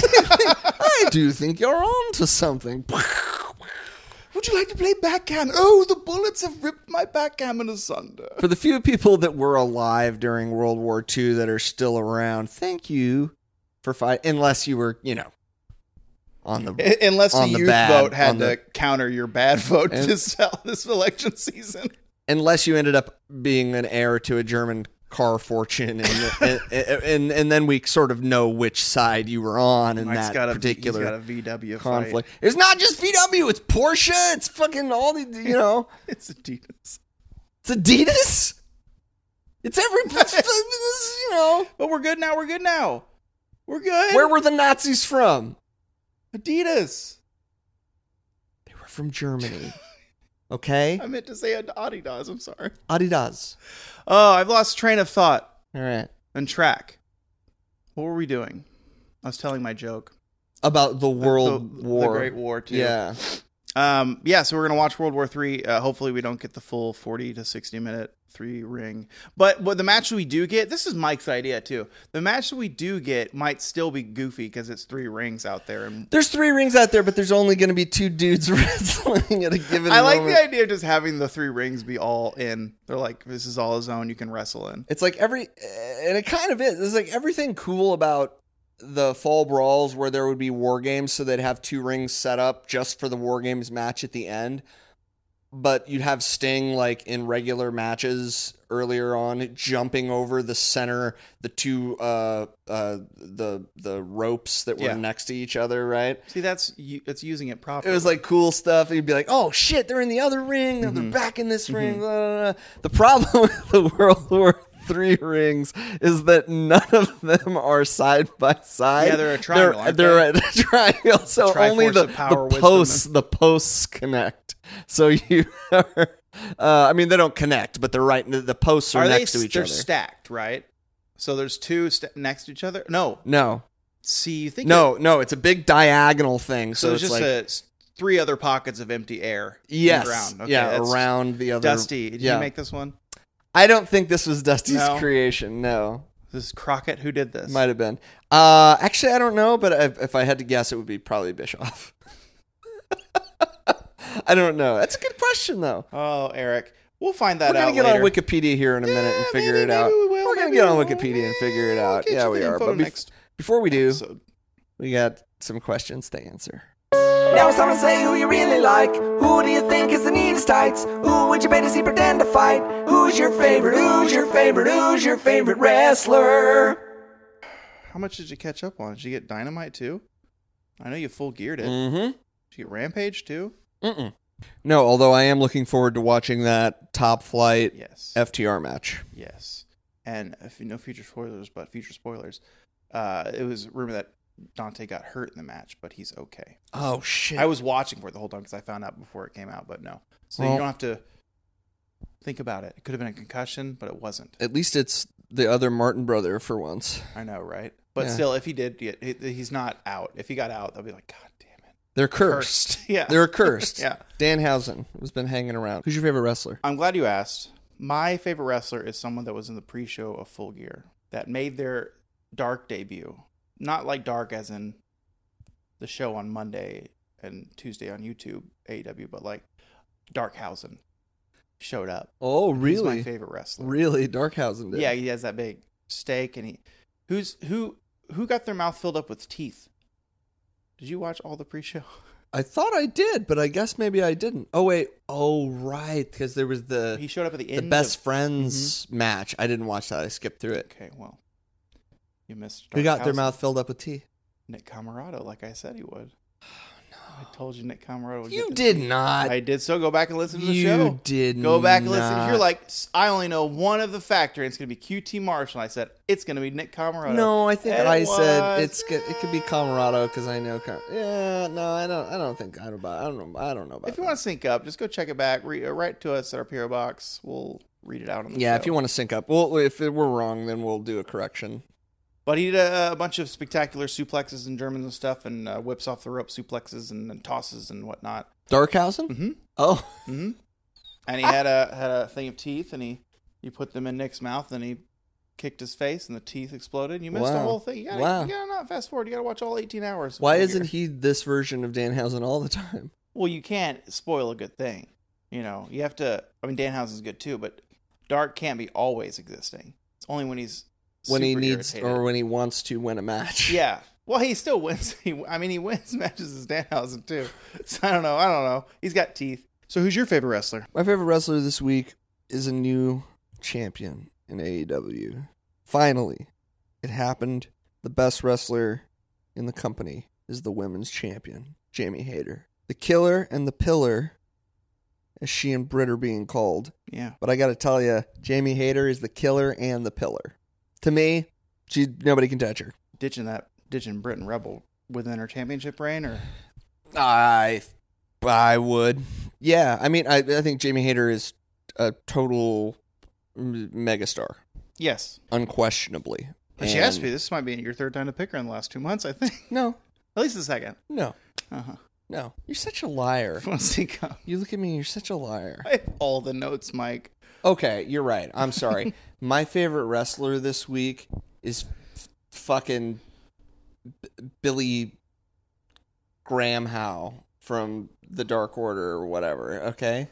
Speaker 1: I do think you're on to something.
Speaker 2: Would you like to play backgammon? Oh, the bullets have ripped my backgammon asunder.
Speaker 1: For the few people that were alive during World War II that are still around, thank you for fight. Unless you were, you know, on the
Speaker 2: I- Unless
Speaker 1: On
Speaker 2: the
Speaker 1: the
Speaker 2: youth
Speaker 1: bad-
Speaker 2: vote had
Speaker 1: on the-
Speaker 2: to counter your bad vote
Speaker 1: And-
Speaker 2: this, this election season.
Speaker 1: unless you ended up being an heir to a German car fortune, and and, and, and, then we sort of know which side you were on in that particular
Speaker 2: VW
Speaker 1: conflict. It's not just VW; it's Porsche. It's fucking all the you know.
Speaker 2: It's Adidas.
Speaker 1: It's Adidas. It's every. It's, it's, you know,
Speaker 2: But we're good now. We're good now. We're good.
Speaker 1: where were the Nazis from?
Speaker 2: Adidas.
Speaker 1: They were from Germany. Okay?
Speaker 2: I meant to say Adidas. I'm sorry.
Speaker 1: Adidas.
Speaker 2: Oh, I've lost train of thought.
Speaker 1: All right.
Speaker 2: and track. What were we doing? I was telling my joke.
Speaker 1: About the World
Speaker 2: The- the
Speaker 1: War.
Speaker 2: Great War too.
Speaker 1: Yeah.
Speaker 2: Um. Yeah. So we're gonna watch World War Three. Uh, hopefully, we don't get the full forty to sixty minute three ring. But what the match we do get, this is Mike's idea too. The match that we do get might still be goofy because it's three rings out there. And
Speaker 1: There's three rings out there, but there's only going to be two dudes wrestling at a given
Speaker 2: I like
Speaker 1: moment.
Speaker 2: the idea of just having the three rings be all in. They're like, this is all a zone you can wrestle in.
Speaker 1: eh, It's like every, and it kind of is. It's like everything cool about the fall brawls where there would be war games, so they'd have two rings set up just for the war games match at the end. But you'd have Sting like in regular matches earlier on, jumping over the center, the two uh uh the the ropes that were
Speaker 2: Yeah.
Speaker 1: next to each other, right?
Speaker 2: See, that's u- it's using it
Speaker 1: it
Speaker 2: properly.
Speaker 1: was like cool stuff. And you'd be like, oh shit, they're in the other ring. They're
Speaker 2: Mm-hmm.
Speaker 1: back in this ring. blah, blah, blah. The problem with the World War Three rings is that none of them are side by side.
Speaker 2: Yeah, they're a triangle,
Speaker 1: They're,
Speaker 2: aren't
Speaker 1: they're a triangle. So
Speaker 2: Triforce
Speaker 1: only the,
Speaker 2: of power,
Speaker 1: the
Speaker 2: wisdom,
Speaker 1: posts the posts connect. So you are. Uh, I mean, they don't connect, but they're right. The posts are,
Speaker 2: Are
Speaker 1: next
Speaker 2: they?
Speaker 1: to each
Speaker 2: they're
Speaker 1: other.
Speaker 2: stacked, right? So there's two st- next to each other. No.
Speaker 1: no,
Speaker 2: See, you think
Speaker 1: no, no. It's a big diagonal thing.
Speaker 2: it-
Speaker 1: So,
Speaker 2: so
Speaker 1: it's
Speaker 2: it's
Speaker 1: like
Speaker 2: just a, it's three other pockets of empty air.
Speaker 1: yes,
Speaker 2: around. Okay,
Speaker 1: yeah,
Speaker 2: that's
Speaker 1: around the other.
Speaker 2: Dusty, did
Speaker 1: yeah.
Speaker 2: you make this one?
Speaker 1: I don't think this was Dusty's
Speaker 2: No.
Speaker 1: creation. No,
Speaker 2: This is Crockett. Who did this?
Speaker 1: it might have been. Uh, actually, I don't know, but if, if I had to guess, it would be probably Bischoff. I don't know. That's a good question, though.
Speaker 2: oh, Eric. We'll find that
Speaker 1: We're gonna
Speaker 2: out
Speaker 1: get
Speaker 2: later.
Speaker 1: on Wikipedia here in a minute and
Speaker 2: Yeah,
Speaker 1: figure
Speaker 2: maybe-
Speaker 1: it out.
Speaker 2: maybe we will,
Speaker 1: are gonna
Speaker 2: maybe
Speaker 1: get on
Speaker 2: we will.
Speaker 1: Wikipedia and figure it
Speaker 2: We'll
Speaker 1: out.
Speaker 2: get
Speaker 1: Yeah,
Speaker 2: you
Speaker 1: we
Speaker 2: the
Speaker 1: are.
Speaker 2: info
Speaker 1: But bef-
Speaker 2: next
Speaker 1: before we do,
Speaker 2: episode.
Speaker 1: we got some questions to answer.
Speaker 3: Now it's time to say who you really like. Who do you think is the neatest tights? Who would you pay to see pretend to fight? Who's your favorite? Who's your favorite? Who's your favorite wrestler?
Speaker 2: How much did you catch up on? Did you get Dynamite too? I know you full geared it.
Speaker 1: Mm-hmm.
Speaker 2: Did you get Rampage too?
Speaker 1: Mm-mm. No, although I am looking forward to watching that Top Flight
Speaker 2: Yes.
Speaker 1: FTR match.
Speaker 2: Yes. And if you know future spoilers, but future spoilers, uh, it was rumored that Dante got hurt in the match, but he's okay.
Speaker 1: Oh shit!
Speaker 2: I was watching for it the whole time because I found out before it came out, but no. So
Speaker 1: Well-
Speaker 2: you don't have to think about it. It could have been a concussion, but it wasn't.
Speaker 1: At least it's the other Martin brother for once.
Speaker 2: I know, right? But
Speaker 1: Yeah.
Speaker 2: still, if he did, get, he, he's not out. If he got out, I'll be like, God damn it.
Speaker 1: They're cursed.
Speaker 2: yeah.
Speaker 1: They're cursed.
Speaker 2: Yeah.
Speaker 1: Danhausen has been hanging around. Who's your favorite wrestler?
Speaker 2: I'm glad you asked. My favorite wrestler is someone that was in the pre-show of Full Gear that made their dark debut. Not like dark as in the show on Monday and Tuesday on YouTube AEW, but like Darkhausen showed up.
Speaker 1: Oh,
Speaker 2: He's my favorite wrestler.
Speaker 1: Really, Darkhausen did.
Speaker 2: Yeah, he has that big steak and he who's who who got their mouth filled up with teeth? Did you watch all the pre-show?
Speaker 1: I thought I did, but I guess maybe I didn't. Oh wait. Oh right, because there was
Speaker 2: He
Speaker 1: the
Speaker 2: showed up at the Mm-hmm.
Speaker 1: the
Speaker 2: end
Speaker 1: best
Speaker 2: of,
Speaker 1: friends match. I didn't watch that. I skipped through it.
Speaker 2: Okay, well. You missed
Speaker 1: Who got their
Speaker 2: Darkhausen.
Speaker 1: mouth filled up with tea?
Speaker 2: Nick Camarado, like I said he would. I told you Nick Camarado would.
Speaker 1: You
Speaker 2: get this.
Speaker 1: did not.
Speaker 2: I did so. Go back and listen to the
Speaker 1: you
Speaker 2: show.
Speaker 1: did.
Speaker 2: Go back and
Speaker 1: not.
Speaker 2: listen. If You're like, "S- I only know one of the factor, and it's going to be QT Marshall. I said, it's going to be Nick Camarado.
Speaker 1: No, I think
Speaker 2: And it
Speaker 1: I said
Speaker 2: was-
Speaker 1: it's good. It could be Colorado because I know. Col- yeah, no, I don't. I don't think I don't. About, I don't know. I don't know about.
Speaker 2: If you
Speaker 1: that.
Speaker 2: want to sync up, just go check it back. Re- uh, write to us at our PO box. We'll read it out on the
Speaker 1: Yeah,
Speaker 2: show.
Speaker 1: if you want to sync up. Well, if we're wrong, then we'll do a correction.
Speaker 2: But he did a, a bunch of spectacular suplexes and Germans and stuff, and uh, whips off the rope suplexes and, and tosses and whatnot.
Speaker 1: Darkhausen?
Speaker 2: Mm-hmm.
Speaker 1: Oh,
Speaker 2: hmm And
Speaker 1: Ah.
Speaker 2: he had a had a thing of teeth, and he you put them in Nick's mouth, and he kicked his face, and the teeth exploded. And you missed the
Speaker 1: Wow.
Speaker 2: whole thing. You gotta,
Speaker 1: Wow.
Speaker 2: you gotta not fast forward. You gotta watch all eighteen hours.
Speaker 1: why
Speaker 2: Here.
Speaker 1: isn't he this version of Danhausen all the time?
Speaker 2: Well, you can't spoil a good thing. You know, you have to. I mean, Danhausen's good too, but Dark can't be always existing. It's only when he's
Speaker 1: When he
Speaker 2: super
Speaker 1: needs
Speaker 2: irritated.
Speaker 1: or when he wants to win a match.
Speaker 2: yeah. Well, he still wins. He, I mean, he wins matches as Danhausen too. So I don't know. I don't know. He's got teeth. So who's your favorite wrestler?
Speaker 1: My favorite wrestler this week is a new champion in AEW. Finally, it happened. The best wrestler in the company is the women's champion, Jamie Hayter. The killer and the pillar, as she and Britt are being called.
Speaker 2: Yeah.
Speaker 1: But I got to tell you, Jamie Hayter is the killer and the pillar. To me, she nobody can touch her.
Speaker 2: ditching that ditching Britain Rebel within her championship reign or
Speaker 1: I, I would. Yeah, I mean, I, I think Jamie Hayter is a total m- megastar,
Speaker 2: yes
Speaker 1: unquestionably.
Speaker 2: but she has to
Speaker 1: And-
Speaker 2: be this might be your third time to pick her in the last two months I think
Speaker 1: No,
Speaker 2: at least the second
Speaker 1: no,
Speaker 2: uh-huh
Speaker 1: no. You're such a liar.
Speaker 2: If you want to sync up
Speaker 1: You look at me. and You're such a liar.
Speaker 2: I have all the notes Mike
Speaker 1: Okay, you're right. I'm sorry. My favorite wrestler this week is f- fucking B- Billy Graham Howe from the Dark Order or whatever. Okay,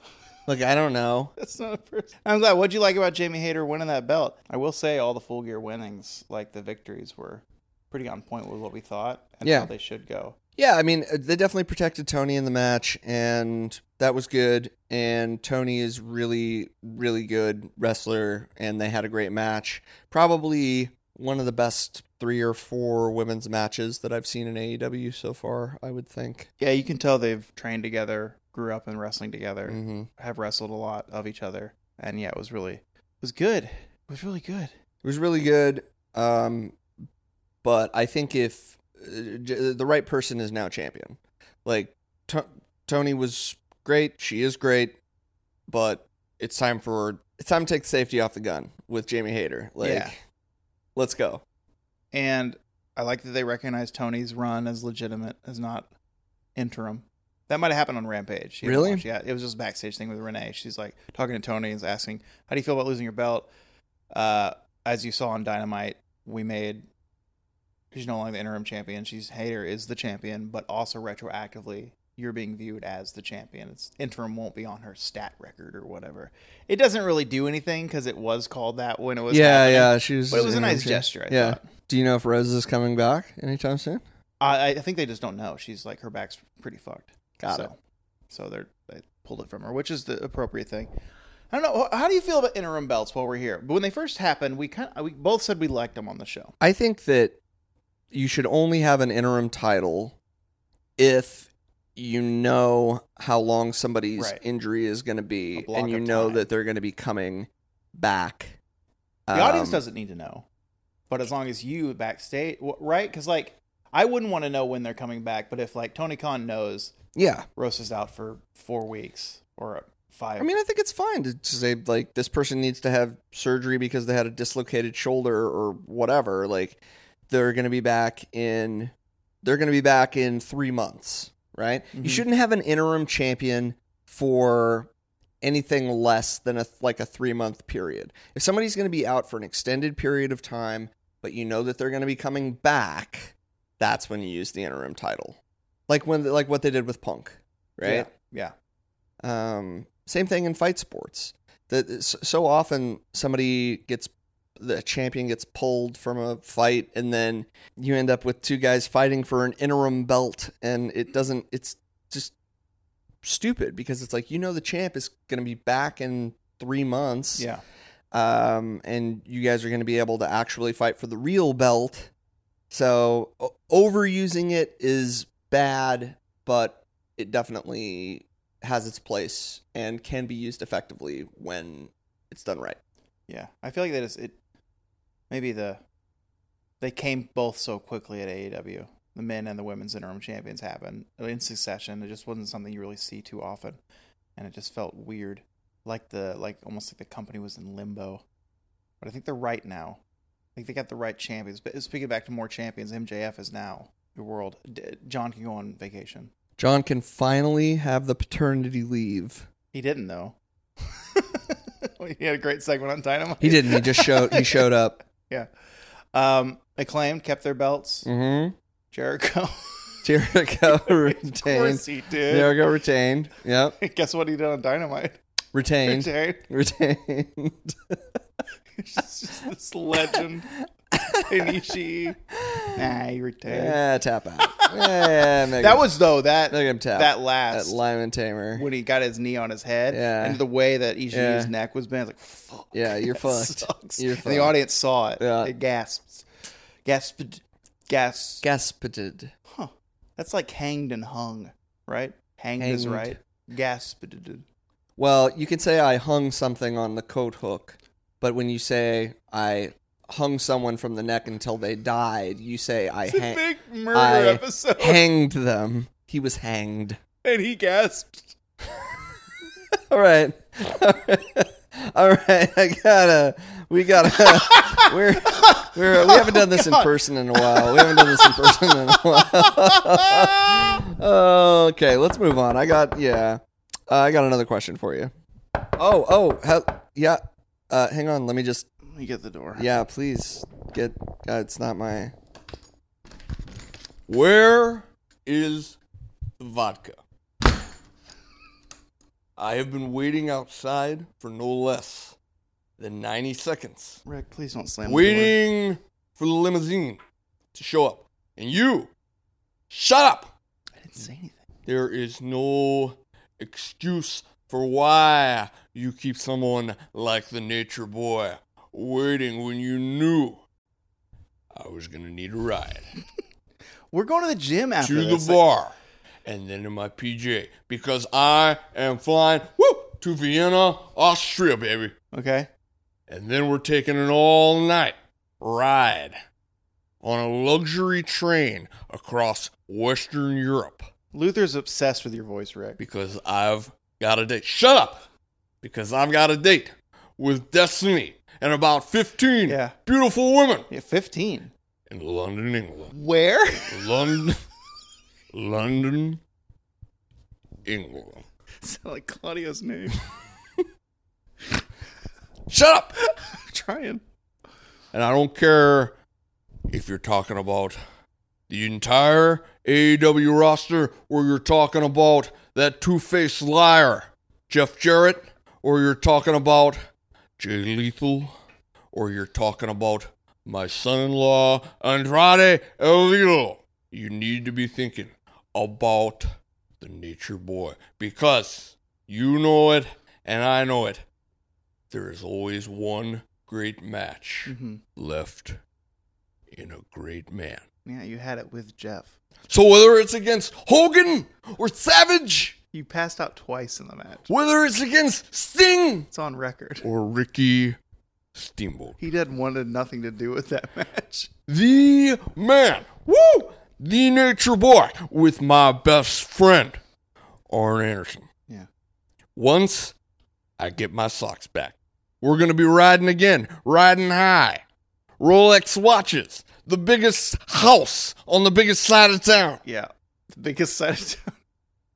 Speaker 1: like I don't know.
Speaker 2: that's not a person I'm glad what'd you like about Jamie Hayter winning that belt I will say all the full gear winnings like the victories were pretty on point with what we thought and
Speaker 1: Yeah.
Speaker 2: how they should go.
Speaker 1: Yeah, I mean, uh, they definitely protected Tony in the match, and that was good. And Tony is really, really good wrestler, and they had a great match. Probably one of the best three or four women's matches that I've seen in AEW so far, I would think.
Speaker 2: Yeah, you can tell they've trained together, grew up in wrestling together,
Speaker 1: hmm
Speaker 2: have wrestled a lot of each other, and yeah, it was really it was good. It was really good.
Speaker 1: It was really good, um, but I think if uh, j- the right person is now champion, like to- Tony was great, she is great, but it's time for it's time to take the safety off the gun with Jamie Hayter. Like,
Speaker 2: Yeah.
Speaker 1: let's go.
Speaker 2: And I like that they recognize Tony's run as legitimate, as not interim. That might have happened on Rampage. You haven't
Speaker 1: Really?
Speaker 2: watched yet. it was just a backstage thing with Renee. She's like talking to Tony and asking, "How do you feel about losing your belt?" Uh, as you saw on Dynamite, we made she's no longer the interim champion. She's Hater is the champion, but also retroactively, you're being viewed as the champion. It's interim won't be on her stat record or whatever. It doesn't really do anything because it was called that when it was happening.
Speaker 1: she was.
Speaker 2: But it was a nice gesture. I
Speaker 1: yeah.
Speaker 2: thought.
Speaker 1: Do you know if Rose is coming back anytime soon?
Speaker 2: I, I think they just don't know. She's like her back's pretty fucked.
Speaker 1: Got
Speaker 2: so,
Speaker 1: it.
Speaker 2: So they're they pulled it from her, which is the appropriate thing. I don't know. How do you feel about interim belts while we're here? But when they first happened, we kind of, we both said we liked them on the show.
Speaker 1: I think that you should only have an interim title if you know how long somebody's
Speaker 2: Right.
Speaker 1: injury is going to
Speaker 2: A
Speaker 1: be
Speaker 2: block
Speaker 1: and you
Speaker 2: of
Speaker 1: know
Speaker 2: time.
Speaker 1: that they're going to be coming back.
Speaker 2: The audience
Speaker 1: Um,
Speaker 2: doesn't need to know, but as long as you backstage, wh- right? Because like I wouldn't want to know when they're coming back, but if like Tony Khan knows
Speaker 1: Yeah.
Speaker 2: Rosa's out for four weeks or five,
Speaker 1: I mean, I think it's fine to, to say, like, this person needs to have surgery because they had a dislocated shoulder or whatever. Like, they're going to be back in. They're going to be back in three months, right?
Speaker 2: Mhm.
Speaker 1: You shouldn't have an interim champion for anything less than a like a three month period. If somebody's going to be out for an extended period of time, but you know that they're going to be coming back, that's when you use the interim title, like when like what they did with Punk, right?
Speaker 2: yeah, yeah.
Speaker 1: Um, same thing in fight sports. That s- so often somebody gets the champion gets pulled from a fight, and then you end up with two guys fighting for an interim belt, and it doesn't. It's just stupid because it's like you know the champ is going to be back in three months,
Speaker 2: yeah.
Speaker 1: um, and you guys are going to be able to actually fight for the real belt. So o- overusing it is bad, but it definitely has its place and can be used effectively when it's done right.
Speaker 2: Yeah, I feel like that is it. Maybe the they came both so quickly at AEW. The men and the women's interim champions happened in succession. It just wasn't something you really see too often, and it just felt weird, like the like almost like the company was in limbo. But I think they're right now. I think they got the right champions. But speaking back to more champions, MJF is now the world. D- John can go on vacation.
Speaker 1: John can finally have the paternity leave.
Speaker 2: He didn't though. he had a great segment on Dynamite.
Speaker 1: He didn't. He just showed. He showed up.
Speaker 2: Um, acclaimed kept their belts.
Speaker 1: Mm-hmm.
Speaker 2: Jericho.
Speaker 1: Jericho
Speaker 2: of course
Speaker 1: retained.
Speaker 2: he did.
Speaker 1: Jericho retained. Yep.
Speaker 2: Guess what he did on Dynamite?
Speaker 1: Retained.
Speaker 2: Retained.
Speaker 1: Retained.
Speaker 2: He's just this legend in Ishii. Nah, he retained.
Speaker 1: Yeah, tap out. yeah, make
Speaker 2: That
Speaker 1: him-
Speaker 2: was though that
Speaker 1: make him tap.
Speaker 2: that last
Speaker 1: That Lyman Tamer.
Speaker 2: when he got his knee on his head
Speaker 1: Yeah.
Speaker 2: and the way that Ishii's
Speaker 1: Yeah.
Speaker 2: neck was bent, I was like fuck.
Speaker 1: Yeah, you're
Speaker 2: that
Speaker 1: fucked.
Speaker 2: sucks.
Speaker 1: You're
Speaker 2: And
Speaker 1: fucked.
Speaker 2: The audience saw it.
Speaker 1: Yeah.
Speaker 2: It gasped. Gasped. Gasped.
Speaker 1: Gaspeted.
Speaker 2: Huh. That's like hanged and hung, right? Hanged, is
Speaker 1: Hanged.
Speaker 2: right. Gasped.
Speaker 1: Well, you can say I hung something on the coat hook, but when you say I hung someone from the neck until they died, you say I
Speaker 2: It's a
Speaker 1: hang-
Speaker 2: big murder
Speaker 1: I
Speaker 2: episode.
Speaker 1: hanged them. He was hanged.
Speaker 2: and he gasped.
Speaker 1: All right. All right, I gotta. We gotta. We're, we're we haven't done this in person in a while. We haven't done this in person in a while. okay, let's move on. I got yeah. Uh, I got another question for you. Oh oh ha- yeah. Uh, hang on. Let me just
Speaker 2: Let me get the door.
Speaker 1: yeah. Please get. Uh, it's not my. Where
Speaker 4: is vodka. I have been waiting outside for no less than 90 seconds,
Speaker 2: Rick, please don't slam the door.
Speaker 4: waiting for the limousine to show up. And you, shut up.
Speaker 2: I didn't say anything.
Speaker 4: There is no excuse for why you keep someone like the Nature Boy waiting when you knew I was going to need a ride
Speaker 2: We're going to the gym after
Speaker 4: to the
Speaker 2: this.
Speaker 4: bar and then to my PJ because I am flying woo, to Vienna, Austria, baby.
Speaker 2: okay.
Speaker 4: And then we're taking an all night ride on a luxury train across Western Europe
Speaker 2: Luther's obsessed with your voice, Rick.
Speaker 4: because I've got a date. Shut up! Because I've got a date with Destiny and about 15
Speaker 2: Yeah.
Speaker 4: beautiful women
Speaker 2: Yeah, 15.
Speaker 4: in London, England.
Speaker 2: Where?
Speaker 4: London, London, England.
Speaker 2: Sound like Claudio's name.
Speaker 4: Shut up!
Speaker 2: I'm trying.
Speaker 4: And I don't care if you're talking about the entire AEW roster or you're talking about that two faced liar, Jeff Jarrett, or you're talking about Jay Lethal, or you're talking about my son in law, Andrade El Idol. You need to be thinking about the Nature Boy because you know it and I know it. There is always one great match
Speaker 2: Mhm.
Speaker 4: left in a great man.
Speaker 2: Yeah, you had it with Jeff.
Speaker 4: So whether it's against Hogan or Savage,
Speaker 2: You passed out twice in the match.
Speaker 4: whether it's against Sting
Speaker 2: It's on record.
Speaker 4: or Ricky Steamboat,
Speaker 2: He did wanted nothing to do with that match.
Speaker 4: the man, woo, the nature boy with my best friend, Arn Anderson.
Speaker 2: Yeah.
Speaker 4: Once I get my socks back, we're going to be riding again, riding high. Rolex watches, the biggest house on the biggest side of town,
Speaker 2: Yeah. The biggest side of town.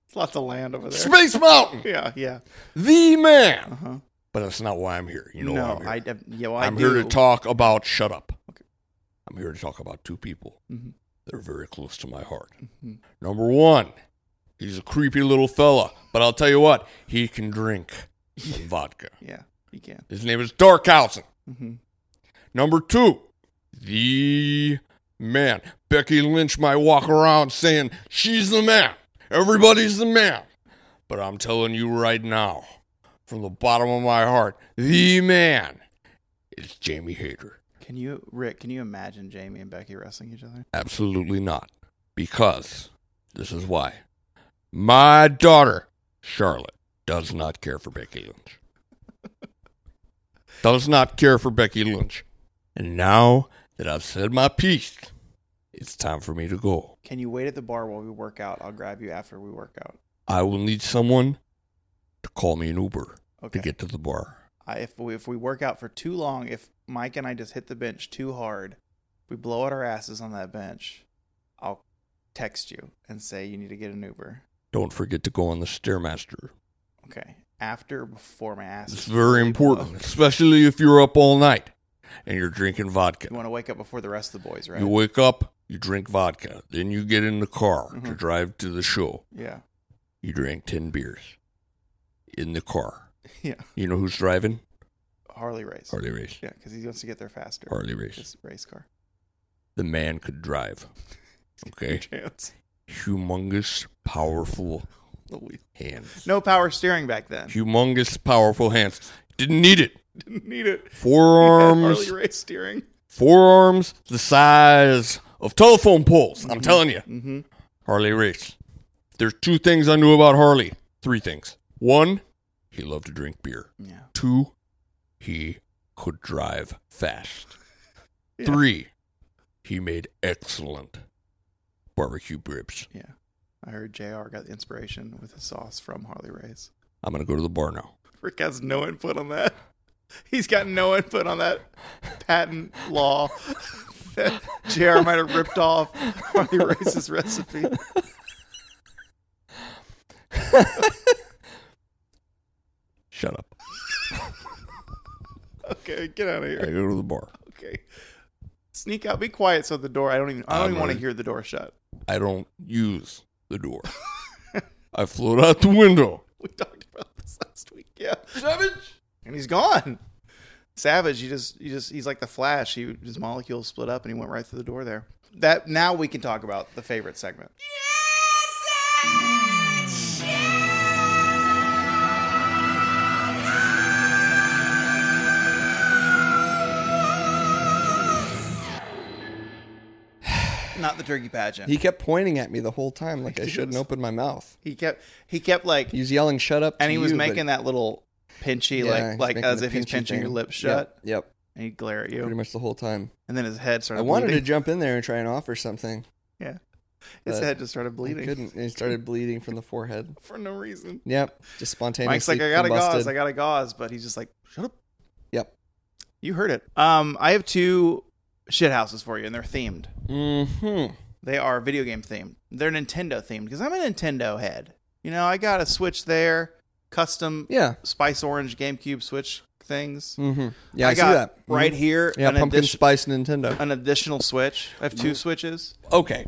Speaker 2: It's lots of land over there.
Speaker 4: Space Mountain,
Speaker 2: Yeah, yeah.
Speaker 4: the man.
Speaker 2: Uh-huh.
Speaker 4: But that's not why I'm here. You know
Speaker 2: no,
Speaker 4: why I'm here.
Speaker 2: I, I, yeah, well, I
Speaker 4: I'm
Speaker 2: do.
Speaker 4: here to talk about, shut up.
Speaker 2: Okay.
Speaker 4: I'm here to talk about two people
Speaker 2: Mhm.
Speaker 4: that are very close to my heart.
Speaker 2: Mhm.
Speaker 4: Number one, he's a creepy little fella, but I'll tell you what, he can drink some vodka.
Speaker 2: Yeah, you can.
Speaker 4: His name is Darkhausen.
Speaker 2: hmm
Speaker 4: Number two, the man. Becky Lynch might walk around saying she's the man, everybody's the man. But I'm telling you right now, from the bottom of my heart, the man is Jamie Hayter.
Speaker 2: Can you, Rick, can you imagine Jamie and Becky wrestling each other?
Speaker 4: Absolutely not. Because this is why. My daughter, Charlotte, does not care for Becky Lynch. does not care for Becky Lynch. And now that I've said my piece, it's time for me to go.
Speaker 2: Can you wait at the bar while we work out? I'll grab you after we work out.
Speaker 4: I will need someone to call me an Uber
Speaker 2: Okay.
Speaker 4: to get to the bar.
Speaker 2: I, if we if we work out for too long, if Mike and I just hit the bench too hard, if we blow out our asses on that bench, I'll text you and say you need to get an Uber.
Speaker 4: Don't forget to go on the Stairmaster.
Speaker 2: Okay. After or before my ass.
Speaker 4: It's
Speaker 2: is
Speaker 4: very
Speaker 2: fully
Speaker 4: important,
Speaker 2: blown.
Speaker 4: especially if you're up all night and you're drinking vodka.
Speaker 2: You want to wake up before the rest of the boys, right?
Speaker 4: You wake up, you drink vodka, then you get in the car to
Speaker 2: Mhm.
Speaker 4: drive to the show.
Speaker 2: yeah.
Speaker 4: You drank 10 beers in the car.
Speaker 2: Yeah.
Speaker 4: You know who's driving?
Speaker 2: Harley race.
Speaker 4: Harley Race.
Speaker 2: Yeah, because he wants to get there faster.
Speaker 4: Harley Race.
Speaker 2: This race car.
Speaker 4: The man could drive. Okay.
Speaker 2: Chance.
Speaker 4: Humongous, powerful
Speaker 2: Louise.
Speaker 4: hands.
Speaker 2: No power steering back then.
Speaker 4: Humongous, powerful hands. Didn't need it.
Speaker 2: Didn't need it.
Speaker 4: Forearms,
Speaker 2: Harley race steering.
Speaker 4: forearms the size of telephone poles. I'm telling you.
Speaker 2: Mm-hmm.
Speaker 4: Harley Race. There's two things I knew about Harley. Three things. One, he loved to drink beer.
Speaker 2: Yeah.
Speaker 4: Two, he could drive fast.
Speaker 2: Yeah.
Speaker 4: Three, he made excellent barbecue ribs.
Speaker 2: Yeah. I heard JR got the inspiration with his sauce from Harley Race.
Speaker 4: I'm going to go to the bar now.
Speaker 2: Rick has no input on that. He's got no input on that patent law that JR might have ripped off Harley Race's recipe.
Speaker 4: Shut up.
Speaker 2: Okay, get out of
Speaker 4: I
Speaker 2: here.
Speaker 4: go to the bar.
Speaker 2: Okay. Sneak out. Be quiet so the door I don't even I don't
Speaker 4: I'm
Speaker 2: even want to
Speaker 4: ready.
Speaker 2: hear the door shut.
Speaker 4: I don't use the door. I float out the window.
Speaker 2: We talked about this last week. Yeah.
Speaker 4: Savage?
Speaker 2: And he's gone. Savage, you just you just he's like the flash. He his molecules split up and he went right through the door there. that now we can talk about the favorite segment. Not the turkey pageant.
Speaker 1: He kept pointing at me the whole time, like I shouldn't open my mouth.
Speaker 2: He kept he kept like
Speaker 1: He was yelling, "Shut up!"
Speaker 2: and
Speaker 1: to
Speaker 2: he was
Speaker 1: you," but-
Speaker 2: making that little pinchy
Speaker 1: Yeah, he's
Speaker 2: like like
Speaker 1: making
Speaker 2: as
Speaker 1: the
Speaker 2: if he's
Speaker 1: pinchy
Speaker 2: pinching your
Speaker 1: thing.
Speaker 2: lips
Speaker 1: Yep,
Speaker 2: shut
Speaker 1: Yep,
Speaker 2: and he'd glare at you
Speaker 1: pretty much the whole time.
Speaker 2: and then his head
Speaker 1: I
Speaker 2: started
Speaker 1: wanted to
Speaker 2: bleeding.
Speaker 1: jump in there and try and offer something.
Speaker 2: his
Speaker 1: but
Speaker 2: head just started
Speaker 1: I
Speaker 2: bleeding
Speaker 1: couldn't. And he started bleeding from the forehead.
Speaker 2: for no reason
Speaker 1: Yep, just spontaneously.
Speaker 2: Mike's like I got a
Speaker 1: combusted.
Speaker 2: gauze I got a gauze but he's just like shut up
Speaker 1: Yep.
Speaker 2: you heard it um I have two shit houses for you and they're themed
Speaker 1: Mm-hmm.
Speaker 2: They are video game themed. They're Nintendo themed because I'm a Nintendo head. You know, I got a Switch there, custom
Speaker 1: Yeah.
Speaker 2: Spice Orange GameCube Switch things.
Speaker 1: Mm-hmm. Yeah, I,
Speaker 2: got
Speaker 1: see that.
Speaker 2: right
Speaker 1: Mhm.
Speaker 2: here
Speaker 1: Yeah,
Speaker 2: an,
Speaker 1: pumpkin Mm.
Speaker 2: addi-
Speaker 1: spice Nintendo.
Speaker 2: an additional Switch. I have two Switches.
Speaker 1: Okay.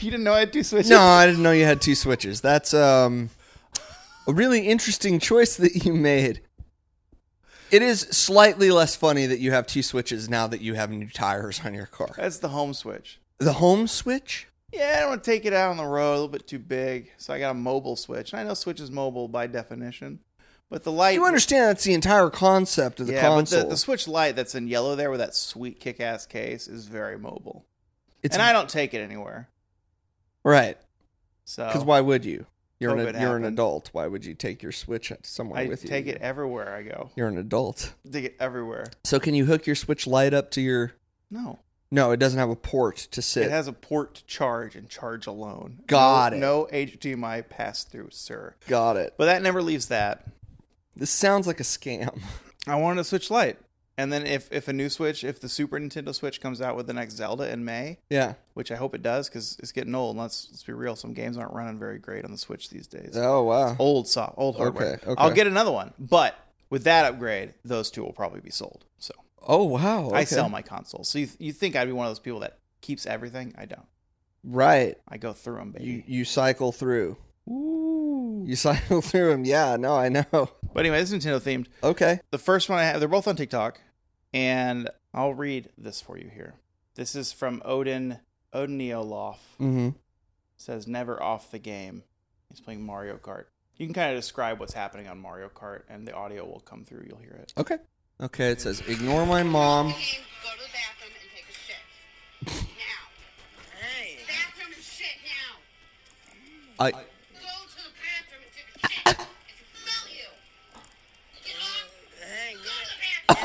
Speaker 2: You didn't know I had two Switches?
Speaker 1: No, I didn't know you had two switches. That's um a really interesting choice that you made. It is slightly less funny that you have two switches now that you have new tires on your car.
Speaker 2: That's the home Switch.
Speaker 1: The home switch?
Speaker 2: Yeah, I don't want to take it out on the road. A little bit too big. So I got a mobile Switch. And I know Switch is mobile by definition. But the light.
Speaker 1: You understand that's the entire concept of the
Speaker 2: yeah,
Speaker 1: console.
Speaker 2: but the, the Switch Lite that's in yellow there with that sweet kick ass case is very mobile.
Speaker 1: it's
Speaker 2: and I don't take it anywhere.
Speaker 1: right.
Speaker 2: So
Speaker 1: Because why Oh. would you? You're
Speaker 2: COVID
Speaker 1: an, you're an
Speaker 2: happened.
Speaker 1: adult. Why would you take your switch somewhere
Speaker 2: I
Speaker 1: with you?
Speaker 2: take it everywhere I go.
Speaker 1: You're an adult.
Speaker 2: Take it everywhere.
Speaker 1: So can you hook your switch light up to your?
Speaker 2: No,
Speaker 1: No, it doesn't have a port to sit.
Speaker 2: it has a port to charge and charge alone.
Speaker 1: Got
Speaker 2: no,
Speaker 1: it.
Speaker 2: No HDMI pass through, sir.
Speaker 1: Got it.
Speaker 2: But that never leaves that.
Speaker 1: This sounds like a scam.
Speaker 2: I wanted a Switch Lite, and then if if a new Switch, if the Super Nintendo Switch comes out with the next Zelda in May,
Speaker 1: yeah.
Speaker 2: which I hope it does, because it's getting old. And let's let's be real, some games aren't running very great on the Switch these days.
Speaker 1: Oh wow.
Speaker 2: Old soft, old hardware.
Speaker 1: Okay, okay.
Speaker 2: I'll get another one, but with that upgrade, those two will probably be sold. So.
Speaker 1: Oh wow!
Speaker 2: I
Speaker 1: okay.
Speaker 2: sell my consoles. So you, you think I'd be one of those people that keeps everything? I don't.
Speaker 1: right.
Speaker 2: I go through them,
Speaker 1: You
Speaker 2: baby.
Speaker 1: you cycle through. Ooh. You cycle through them. Yeah. No, I know.
Speaker 2: But anyway, this is Nintendo themed.
Speaker 1: Okay.
Speaker 2: The first one I have, they're both on TikTok, and I'll read this for you here. This is from Odin Odin Neoloff.
Speaker 1: Mm-hmm.
Speaker 2: Says never off the game. He's playing Mario Kart. You can kind of describe what's happening on Mario Kart, and the audio will come through. You'll hear it.
Speaker 1: Okay. Okay. It says ignore my mom.
Speaker 5: game, go to the bathroom and take a shit. Now. Hey. Bathroom and shit now. Go
Speaker 1: I
Speaker 5: to the bathroom and take a shit. I can smell you. Get off. Hey, go to the bathroom. go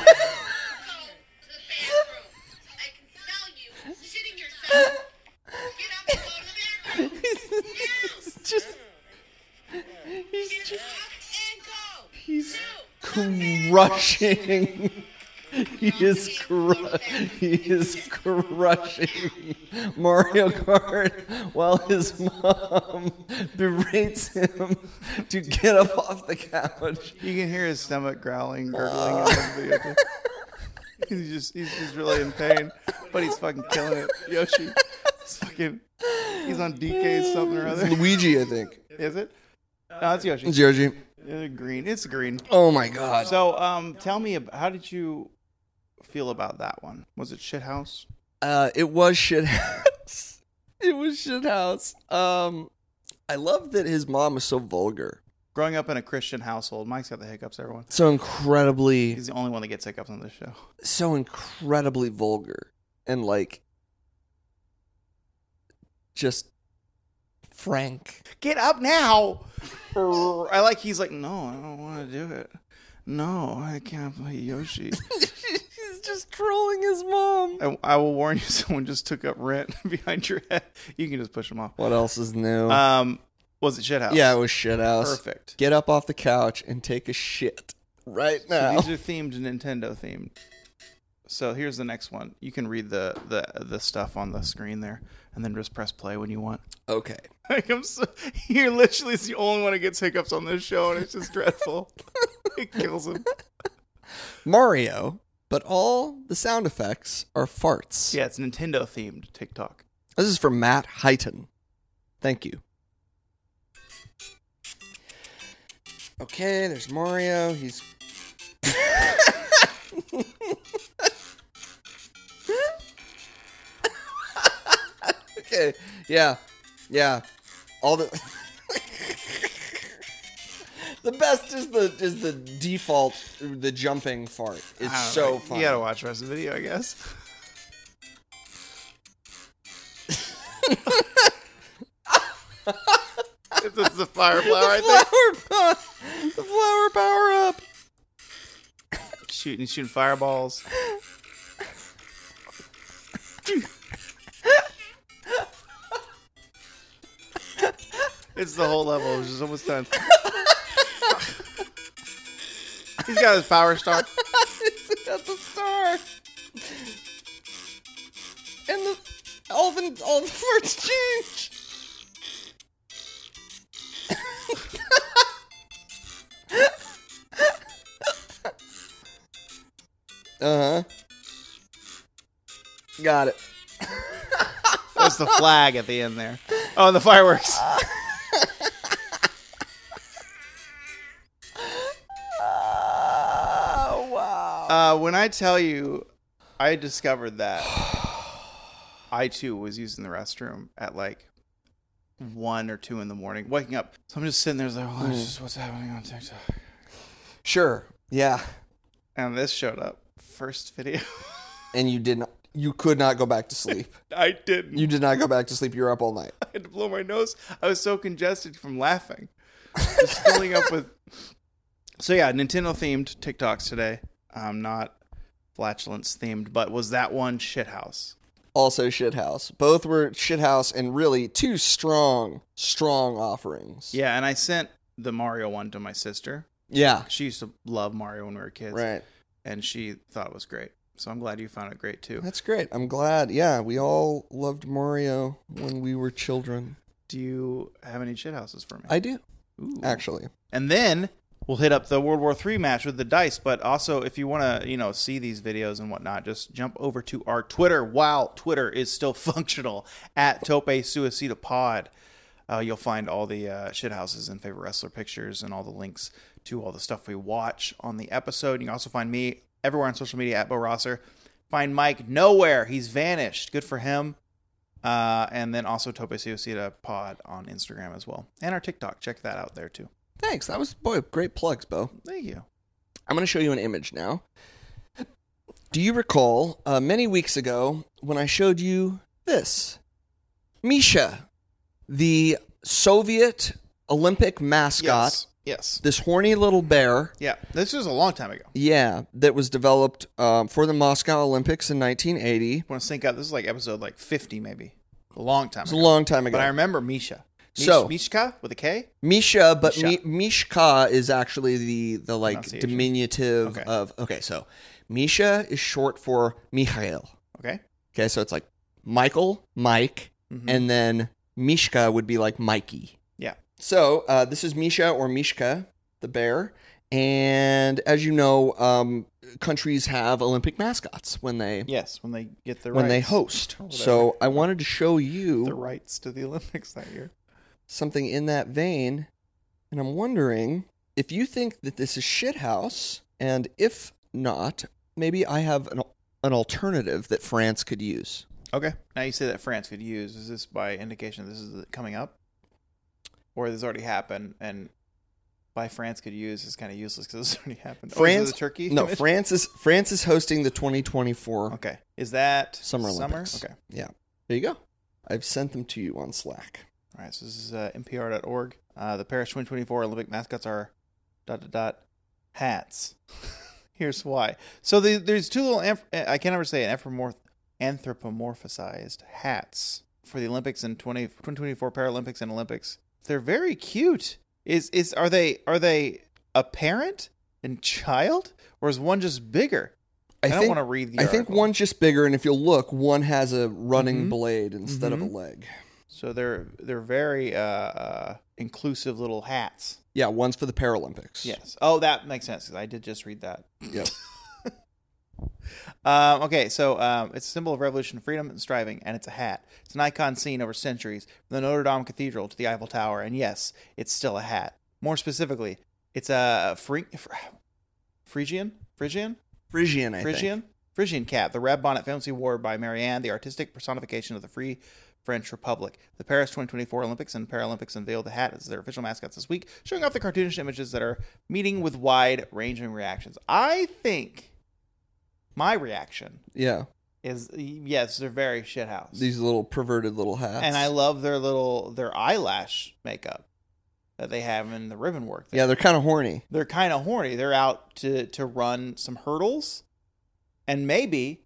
Speaker 5: to the bathroom. I can smell you shitting yourself. Get up and go to the bathroom. now.
Speaker 1: just
Speaker 5: Get up and go. No.
Speaker 1: crushing. he is cru- he is crushing Mario Kart while his mom berates him to get up off the couch.
Speaker 2: You can hear his stomach growling, gurgling. in the video too. he's just he's just really in pain, but he's fucking killing it. Yoshi, he's fucking he's on DK something or other.
Speaker 1: Luigi, I think.
Speaker 2: Is it? No, it's Yoshi.
Speaker 1: Georgie.
Speaker 2: Uh, green. It's green.
Speaker 1: Oh my god.
Speaker 2: So, um, tell me, ab- how did you feel about that one? Was it shit house?
Speaker 1: Uh, it was shit house. It was shit house. Um, I love that his mom is so vulgar,
Speaker 2: Growing up in a Christian household, Mike's got the hiccups. Everyone,
Speaker 1: so incredibly,
Speaker 2: he's the only one that gets hiccups on this show.
Speaker 1: so incredibly vulgar, and like just frank.
Speaker 2: get up now. I like he's like, no, I don't want to do it. No, I can't play Yoshi.
Speaker 1: He's just trolling his mom.
Speaker 2: I, I will warn you, someone just took up rent behind your head. You can just push them off.
Speaker 1: What else is new?
Speaker 2: Um, was it shit house?
Speaker 1: Uh-huh. yeah, it was shit house.
Speaker 2: perfect.
Speaker 1: Get up off the couch and take a shit right
Speaker 2: So
Speaker 1: now.
Speaker 2: these are themed Nintendo themed. So here's the next one. You can read the the the stuff on the screen there, and then just press play when you want.
Speaker 1: okay.
Speaker 2: Like I'm so, you're literally the only one that gets hiccups on this show, and it's just dreadful. it kills him.
Speaker 1: Mario, but all the sound effects are farts.
Speaker 2: Yeah, it's Nintendo themed TikTok.
Speaker 1: This is from Matt Hyten. Thank you. Okay, there's Mario. He's. yeah, yeah, yeah. All the the best is the is the default the jumping fart. It's so
Speaker 2: Alright,
Speaker 1: fun.
Speaker 2: You gotta watch the rest of the video, I guess. it's, it's the fire flower, I think.
Speaker 1: flower, the flower power up.
Speaker 2: Shooting, shooting fireballs. it's the whole level. It's just almost done. He's got his power star.
Speaker 1: It's got the star. And the all the all the farts change. uh huh. Got it.
Speaker 2: That's the flag at the end there. Oh, and the fireworks. Uh, when I tell you, I discovered that I too was using the restroom at like one or two in the morning, waking up. So I'm just sitting there, like, oh, this is what's happening on TikTok.
Speaker 1: Sure. Yeah.
Speaker 2: And this showed up first video.
Speaker 1: And you did not. You could not go back to sleep.
Speaker 2: I didn't.
Speaker 1: You did not go back to sleep. You were up all night.
Speaker 2: I had to blow my nose. I was so congested from laughing. Just filling up with. So yeah, Nintendo themed TikToks today. Um, not flatulence themed, but was that one shithouse?
Speaker 1: also shithouse. Both were shithouse and really two strong, strong offerings.
Speaker 2: Yeah, and I sent the Mario one to my sister.
Speaker 1: Yeah.
Speaker 2: She used to love Mario when we were kids,
Speaker 1: Right.
Speaker 2: and she thought it was great. So I'm glad you found it great too.
Speaker 1: That's great. I'm glad. Yeah, we all loved Mario when we were children.
Speaker 2: Do you have any shithouses for me?
Speaker 1: I do,
Speaker 2: Ooh.
Speaker 1: actually.
Speaker 2: And then we'll hit up the World War III match with the dice. But also, if you want to, you know, see these videos and whatnot, just jump over to our Twitter while Twitter is still functional at Tope Suicida Pod. Uh, you'll find all the uh, shithouses and favorite wrestler pictures and all the links to all the stuff we watch on the episode. You can also find me everywhere on social media at Bo Rosser. Find Mike nowhere. He's vanished. Good for him. Uh, and then also Tope Suicida Pod on Instagram as well. And our TikTok. Check that out there too.
Speaker 1: Thanks. That was, boy, great plugs, Bo.
Speaker 2: Thank you.
Speaker 1: I'm going to show you an image now. Do you recall uh, many weeks ago when I showed you this? Misha, the Soviet Olympic mascot,
Speaker 2: Yes.
Speaker 1: this horny little bear.
Speaker 2: Yeah. This was a long time ago.
Speaker 1: Yeah, that was developed um, for the Moscow Olympics in 1980. It
Speaker 2: Want to sync up? This is like episode like fifty, maybe. A long time
Speaker 1: was a
Speaker 2: ago.
Speaker 1: long time ago.
Speaker 2: but I remember Misha. Mish-
Speaker 1: So-
Speaker 2: Mishka with a K.
Speaker 1: Misha, but
Speaker 2: Misha.
Speaker 1: Mi- Mishka is actually the the like
Speaker 2: Pronunciation.
Speaker 1: diminutive
Speaker 2: Okay.
Speaker 1: of. Okay, so Misha is short for Mikhail.
Speaker 2: Okay.
Speaker 1: Okay, so it's like Michael, Mike,
Speaker 2: Mhm.
Speaker 1: and then Mishka would be like Mikey.
Speaker 2: Yeah.
Speaker 1: So uh, this is Misha or Mishka, the bear. And as you know, um, countries have Olympic mascots when they
Speaker 2: yes, when they get the
Speaker 1: when they
Speaker 2: rights, Oh,
Speaker 1: host.
Speaker 2: or whatever.
Speaker 1: So I wanted to show you
Speaker 2: the rights to the Olympics that year.
Speaker 1: something in that vein, and I'm wondering if you think that this is shithouse, and if not, maybe I have an, an alternative that France could use.
Speaker 2: Okay. Now you say that France could use. Is this by indication this is coming up, or this already happened and? By France could use is kind of useless because it's already happened. Oh, is it
Speaker 1: France,
Speaker 2: the Turkey.
Speaker 1: No,
Speaker 2: Commission?
Speaker 1: France is France is hosting the 2024.
Speaker 2: Okay, is that
Speaker 1: Summer Olympics.
Speaker 2: Okay,
Speaker 1: Yeah, there you go. I've sent them to you on Slack.
Speaker 2: All right, so this is uh, NPR.org. Uh, the Paris 2024 Olympic mascots are dot dot dot hats. Here's why. So the, there's two little amph- I can't ever say it, anthropomorph- anthropomorphized hats for the Olympics and 20, 2024 Paralympics and Olympics. They're very cute. Is is are they are they a parent and child, or is one just bigger? I, don't want to read the.
Speaker 1: I think
Speaker 2: article.
Speaker 1: one's just bigger, and if you'll look, one has a running
Speaker 2: Mhm.
Speaker 1: blade instead of
Speaker 2: Mhm.
Speaker 1: a leg.
Speaker 2: So they're they're very uh, uh, inclusive little hats.
Speaker 1: Yeah, one's for the Paralympics.
Speaker 2: Yes. Oh, that makes sense 'cause I did just read that.
Speaker 1: Yep.
Speaker 2: Um, okay, so um, it's a symbol of revolution, freedom, and striving, and it's a hat. It's an icon seen over centuries, from the Notre Dame Cathedral to the Eiffel Tower, and yes, it's still a hat. More specifically, it's a Phry- Phry- Phrygian, Phrygian,
Speaker 1: Frisian, I think.
Speaker 2: Phrygian, Phrygian cap, the red bonnet famously wore by Marianne, the artistic personification of the free French Republic. The Paris 2024 Olympics and Paralympics unveiled the hat as their official mascots this week, showing off the cartoonish images that are meeting with wide ranging reactions. I think my reaction
Speaker 1: Yeah,
Speaker 2: is yes, they're very shithouse.
Speaker 1: these little perverted little hats.
Speaker 2: and I love their little their eyelash makeup that they have in the ribbon work.
Speaker 1: yeah, they're kind of horny.
Speaker 2: they're kind of horny. They're out to to run some hurdles, and maybe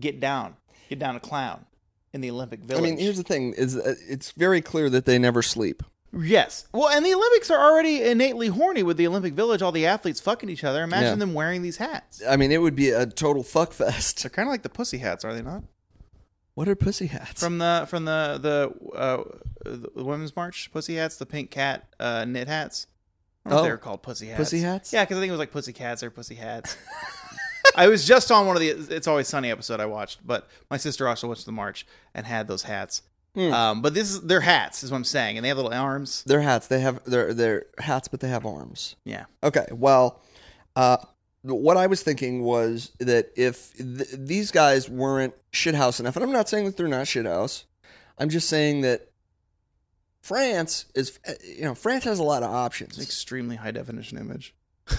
Speaker 2: get down, get down a clown in the Olympic Village.
Speaker 1: I mean, here's the thing: is uh, it's very clear that they never sleep.
Speaker 2: yes, well, and the Olympics are already innately horny with the Olympic Village. All the athletes fucking each other. Imagine
Speaker 1: Yeah.
Speaker 2: them wearing these hats.
Speaker 1: I mean, it would be a total fuck fest.
Speaker 2: They're kind of like the pussy hats, are they not?
Speaker 1: What are pussy hats?
Speaker 2: From the from the the, uh, the women's march, pussy hats, the pink cat uh, knit hats. I don't know if
Speaker 1: Oh.
Speaker 2: they were called pussy hats.
Speaker 1: Pussy hats?
Speaker 2: Yeah, because I think it was like pussy cats or pussy hats. I was just on one of the "It's Always Sunny" episode I watched, but my sister also watched the march and had those hats.
Speaker 1: Hmm.
Speaker 2: Um, but this is their hats, is what I'm saying, and they have little arms.
Speaker 1: They're hats. They have they're they're hats, but they have arms.
Speaker 2: Yeah,
Speaker 1: Okay. Well, uh, what I was thinking was that if th- these guys weren't shithouse enough, and I'm not saying that they're not shithouse, I'm just saying that France is, uh, you know, France has a lot of
Speaker 2: it's an
Speaker 1: options.
Speaker 2: extremely high definition image.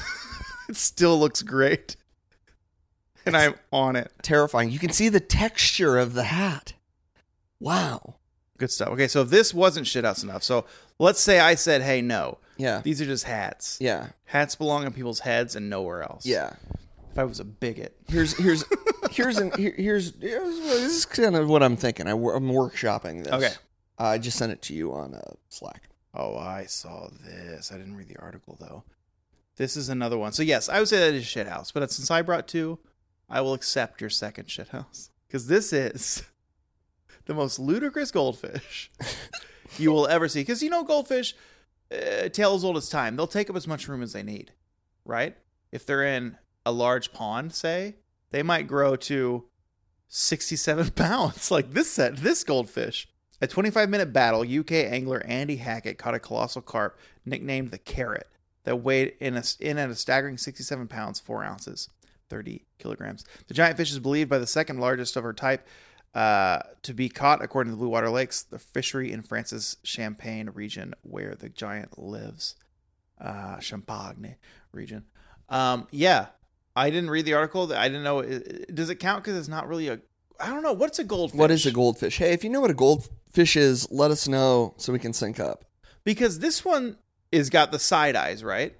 Speaker 2: it still looks great, and I'm on it.
Speaker 1: Terrifying. You can see the texture of the hat. Wow.
Speaker 2: Good stuff. Okay, so if this wasn't shit house enough, so let's say I said, "Hey, no,
Speaker 1: Yeah.
Speaker 2: these are just hats.
Speaker 1: Yeah.
Speaker 2: Hats belong on people's heads and nowhere else."
Speaker 1: Yeah.
Speaker 2: If I was a bigot,
Speaker 1: Here's here's here's an, here, here's here's this is kind of what I'm thinking. I, am workshopping this.
Speaker 2: Okay.
Speaker 1: Uh, I just sent it to you on uh, Slack.
Speaker 2: Oh, I saw this. I didn't read the article though. This is another one. So yes, I would say that is shit house. But since I brought two, I will accept your second shit house because this is the most ludicrous goldfish you will ever see. Because you know goldfish, uh, tail as old as time. They'll take up as much room as they need, right? If they're in a large pond, say they might grow to sixty-seven pounds. Like this set, this goldfish. A 25 minute battle, UK angler Andy Hackett caught a colossal carp nicknamed the carrot that weighed in, a, in at a staggering 67 pounds, 4 ounces, 30 kilograms. The giant fish is believed by the second largest of her type uh, to be caught, according to the Blue Water Lakes, the fishery in France's Champagne region where the giant lives. Uh, Champagne region. Um, yeah, I didn't read the article. I didn't know. uh, Does it count because it's not really a. I don't know. What's a goldfish?
Speaker 1: What is a goldfish? Hey, if you know what a goldfish is, let us know so we can sync up.
Speaker 2: because this one is got the side eyes, right?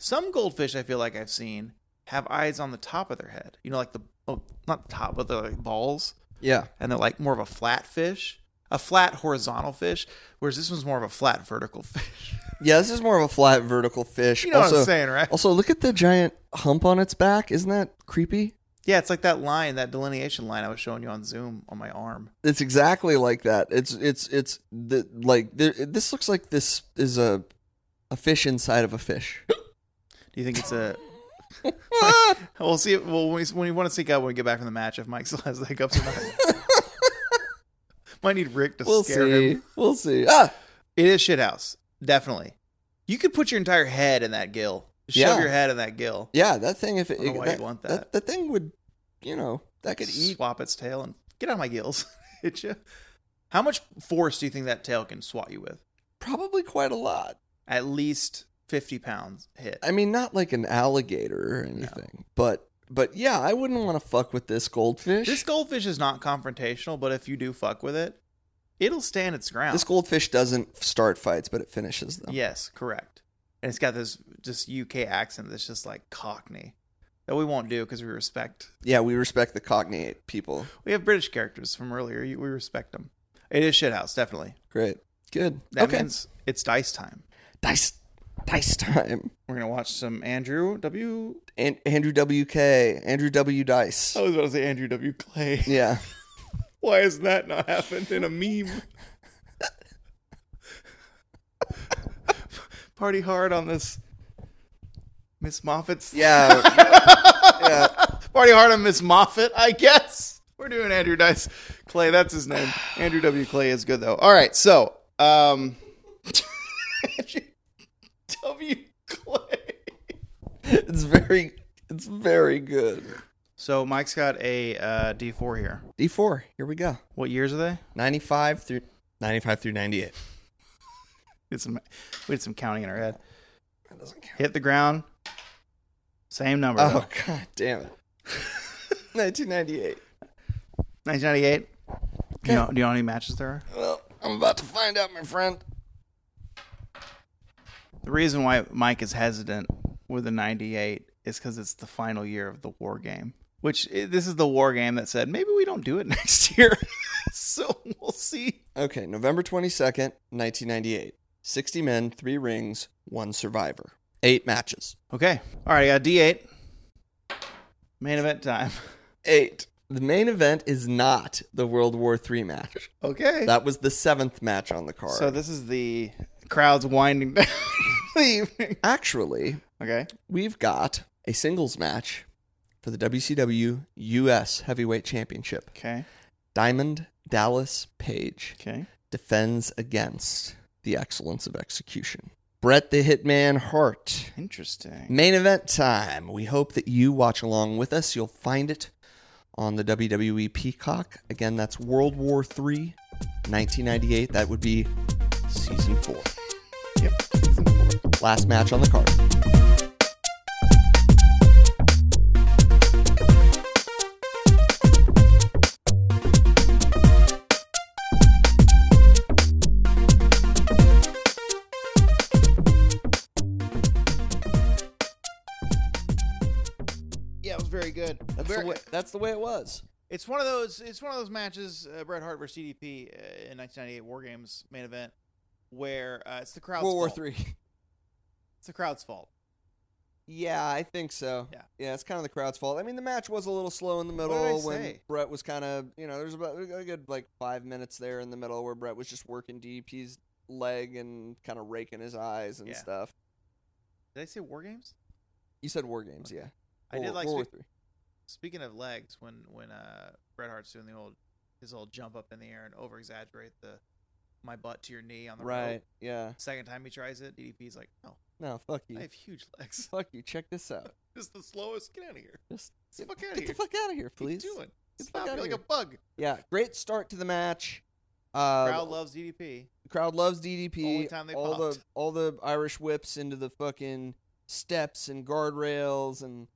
Speaker 2: Some goldfish I feel like I've seen have eyes on the top of their head. You know, like the oh, not the top, but the like balls,
Speaker 1: Yeah.
Speaker 2: and they're like more of a flat fish, a flat horizontal fish, whereas this one's more of a flat vertical fish.
Speaker 1: Yeah, this is more of a flat vertical fish.
Speaker 2: you know
Speaker 1: also,
Speaker 2: what I'm saying, right?
Speaker 1: Also, look at the giant hump on its back. Isn't that creepy?
Speaker 2: yeah, it's like that line, that delineation line I was showing you on Zoom on my arm.
Speaker 1: It's exactly like that. It's it's it's the like there, this looks like this is a a fish inside of a fish.
Speaker 2: Do you think it's a? we'll see. If, well, when we, when we want to seek out when we get back from the match, if Mike still has the hiccups or not. Might need Rick to
Speaker 1: we'll
Speaker 2: scare
Speaker 1: see.
Speaker 2: him.
Speaker 1: We'll see. Ah,
Speaker 2: It is shit house, definitely. You could put your entire head in that gill. Just Shove
Speaker 1: Yeah.
Speaker 2: your head in that gill.
Speaker 1: yeah, that thing. If it,
Speaker 2: I don't know why
Speaker 1: that,
Speaker 2: you'd want that.
Speaker 1: that that thing would, you know, that could eat.
Speaker 2: Swap its tail and get out of my gills. Hit you. How much force do you think that tail can swat you with?
Speaker 1: Probably quite a lot.
Speaker 2: At least fifty pounds hit.
Speaker 1: I mean, not like an alligator or anything, but but yeah, I wouldn't want to fuck with this goldfish.
Speaker 2: this goldfish is not confrontational, but if you do fuck with it, it'll stand its ground.
Speaker 1: This goldfish doesn't start fights, but it finishes them.
Speaker 2: Yes, correct. And it's got this just UK accent that's just like Cockney that we won't do because we respect
Speaker 1: Yeah, we respect the cognate people.
Speaker 2: we have British characters from earlier. You- We respect them. It is shit house, definitely.
Speaker 1: Great, good.
Speaker 2: That
Speaker 1: okay,
Speaker 2: means it's dice time.
Speaker 1: dice, dice time.
Speaker 2: We're gonna watch some Andrew W.
Speaker 1: And Andrew WK, Andrew W Dice.
Speaker 2: I was about to say Andrew W. Clay.
Speaker 1: Yeah,
Speaker 2: Why has that not happened in a meme? Party hard on this Miss Moffat's.
Speaker 1: yeah, yeah.
Speaker 2: Party hard on Miss Moffat, I guess. We're doing Andrew Dice Clay. That's his name. Andrew W. Clay is good though. All right, so um, Andrew W. Clay.
Speaker 1: It's very, it's very good.
Speaker 2: So Mike's got a uh, D4 here.
Speaker 1: D4. Here we go.
Speaker 2: What years are they?
Speaker 1: 95 through 95 through 98.
Speaker 2: Did some, we did some counting in our head. Hit the ground. Same number.
Speaker 1: Oh
Speaker 2: though.
Speaker 1: god damn it. 1998.
Speaker 2: 1998. Do you, know, do you know how many matches there are?
Speaker 4: Well, I'm about to find out, my friend.
Speaker 2: The reason why Mike is hesitant with the 98 is because it's the final year of the war game, which i- this is the war game that said maybe we don't do it next year. so we'll see.
Speaker 1: Okay, November 22nd, 1998. 60 men, 3 rings, 1 survivor. 8 matches.
Speaker 2: Okay. All right. I got a D8. Main event time.
Speaker 1: 8. The main event is not the World War III match.
Speaker 2: Okay.
Speaker 1: That was the 7th match on the card.
Speaker 2: So this is the crowd's winding down the evening.
Speaker 1: actually
Speaker 2: Okay.
Speaker 1: we've got a singles match for the WCW US Heavyweight Championship.
Speaker 2: Okay.
Speaker 1: Diamond Dallas Page
Speaker 2: Okay.
Speaker 1: defends against the excellence of execution. Brett the Hitman Hart.
Speaker 2: Interesting.
Speaker 1: Main event time. We hope that you watch along with us. You'll find it on the WWE Peacock. Again, that's World War III, 1998. That would be season four.
Speaker 2: Yep.
Speaker 1: Last match on the card.
Speaker 2: Yeah, it was very good. Very-
Speaker 1: that's the way it was.
Speaker 2: It's one of those. It's one of those matches, uh, Bret Hart versus CDP uh, in 1998 War Games main event, where uh, it's the crowd's
Speaker 1: World War
Speaker 2: fault.
Speaker 1: Three.
Speaker 2: It's the crowd's fault.
Speaker 1: Yeah, I think so.
Speaker 2: Yeah.
Speaker 1: it's kind of the crowd's fault. I mean, the match was a little slow in the
Speaker 2: did I
Speaker 1: middle when
Speaker 2: say?
Speaker 1: Brett was kind of, you know, there's about a good like five minutes there in the middle where Brett was just working DDP's leg and kind of raking his eyes and
Speaker 2: Yeah.
Speaker 1: stuff.
Speaker 2: Did I say War Games?
Speaker 1: You said War Games, yeah.
Speaker 2: I
Speaker 1: World-
Speaker 2: did like
Speaker 1: World War
Speaker 2: spe-
Speaker 1: Three.
Speaker 2: speaking of legs when when uh, Bret Hart's doing the old his old jump up in the air and over exaggerate the my butt to your knee on the rope.
Speaker 1: Right? Yeah.
Speaker 2: Second time he tries it, DDP's like, "No,
Speaker 1: No, fuck you.
Speaker 2: I have huge legs.
Speaker 1: Fuck you. Check this out.
Speaker 2: This is the slowest. Get out of here.
Speaker 1: Just
Speaker 2: Get the fuck out of
Speaker 1: get
Speaker 2: here.
Speaker 1: the fuck out of here,
Speaker 2: What are you
Speaker 1: please.
Speaker 2: doing?
Speaker 1: the fuck
Speaker 2: Stop
Speaker 1: outta
Speaker 2: you like
Speaker 1: here.
Speaker 2: a bug."
Speaker 1: Yeah, great start to the match. Uh,
Speaker 2: Crowd loves DDP.
Speaker 1: crowd loves DDP.
Speaker 2: Only time they
Speaker 1: all the
Speaker 2: popped.
Speaker 1: all the Irish whips into the fucking steps and guardrails and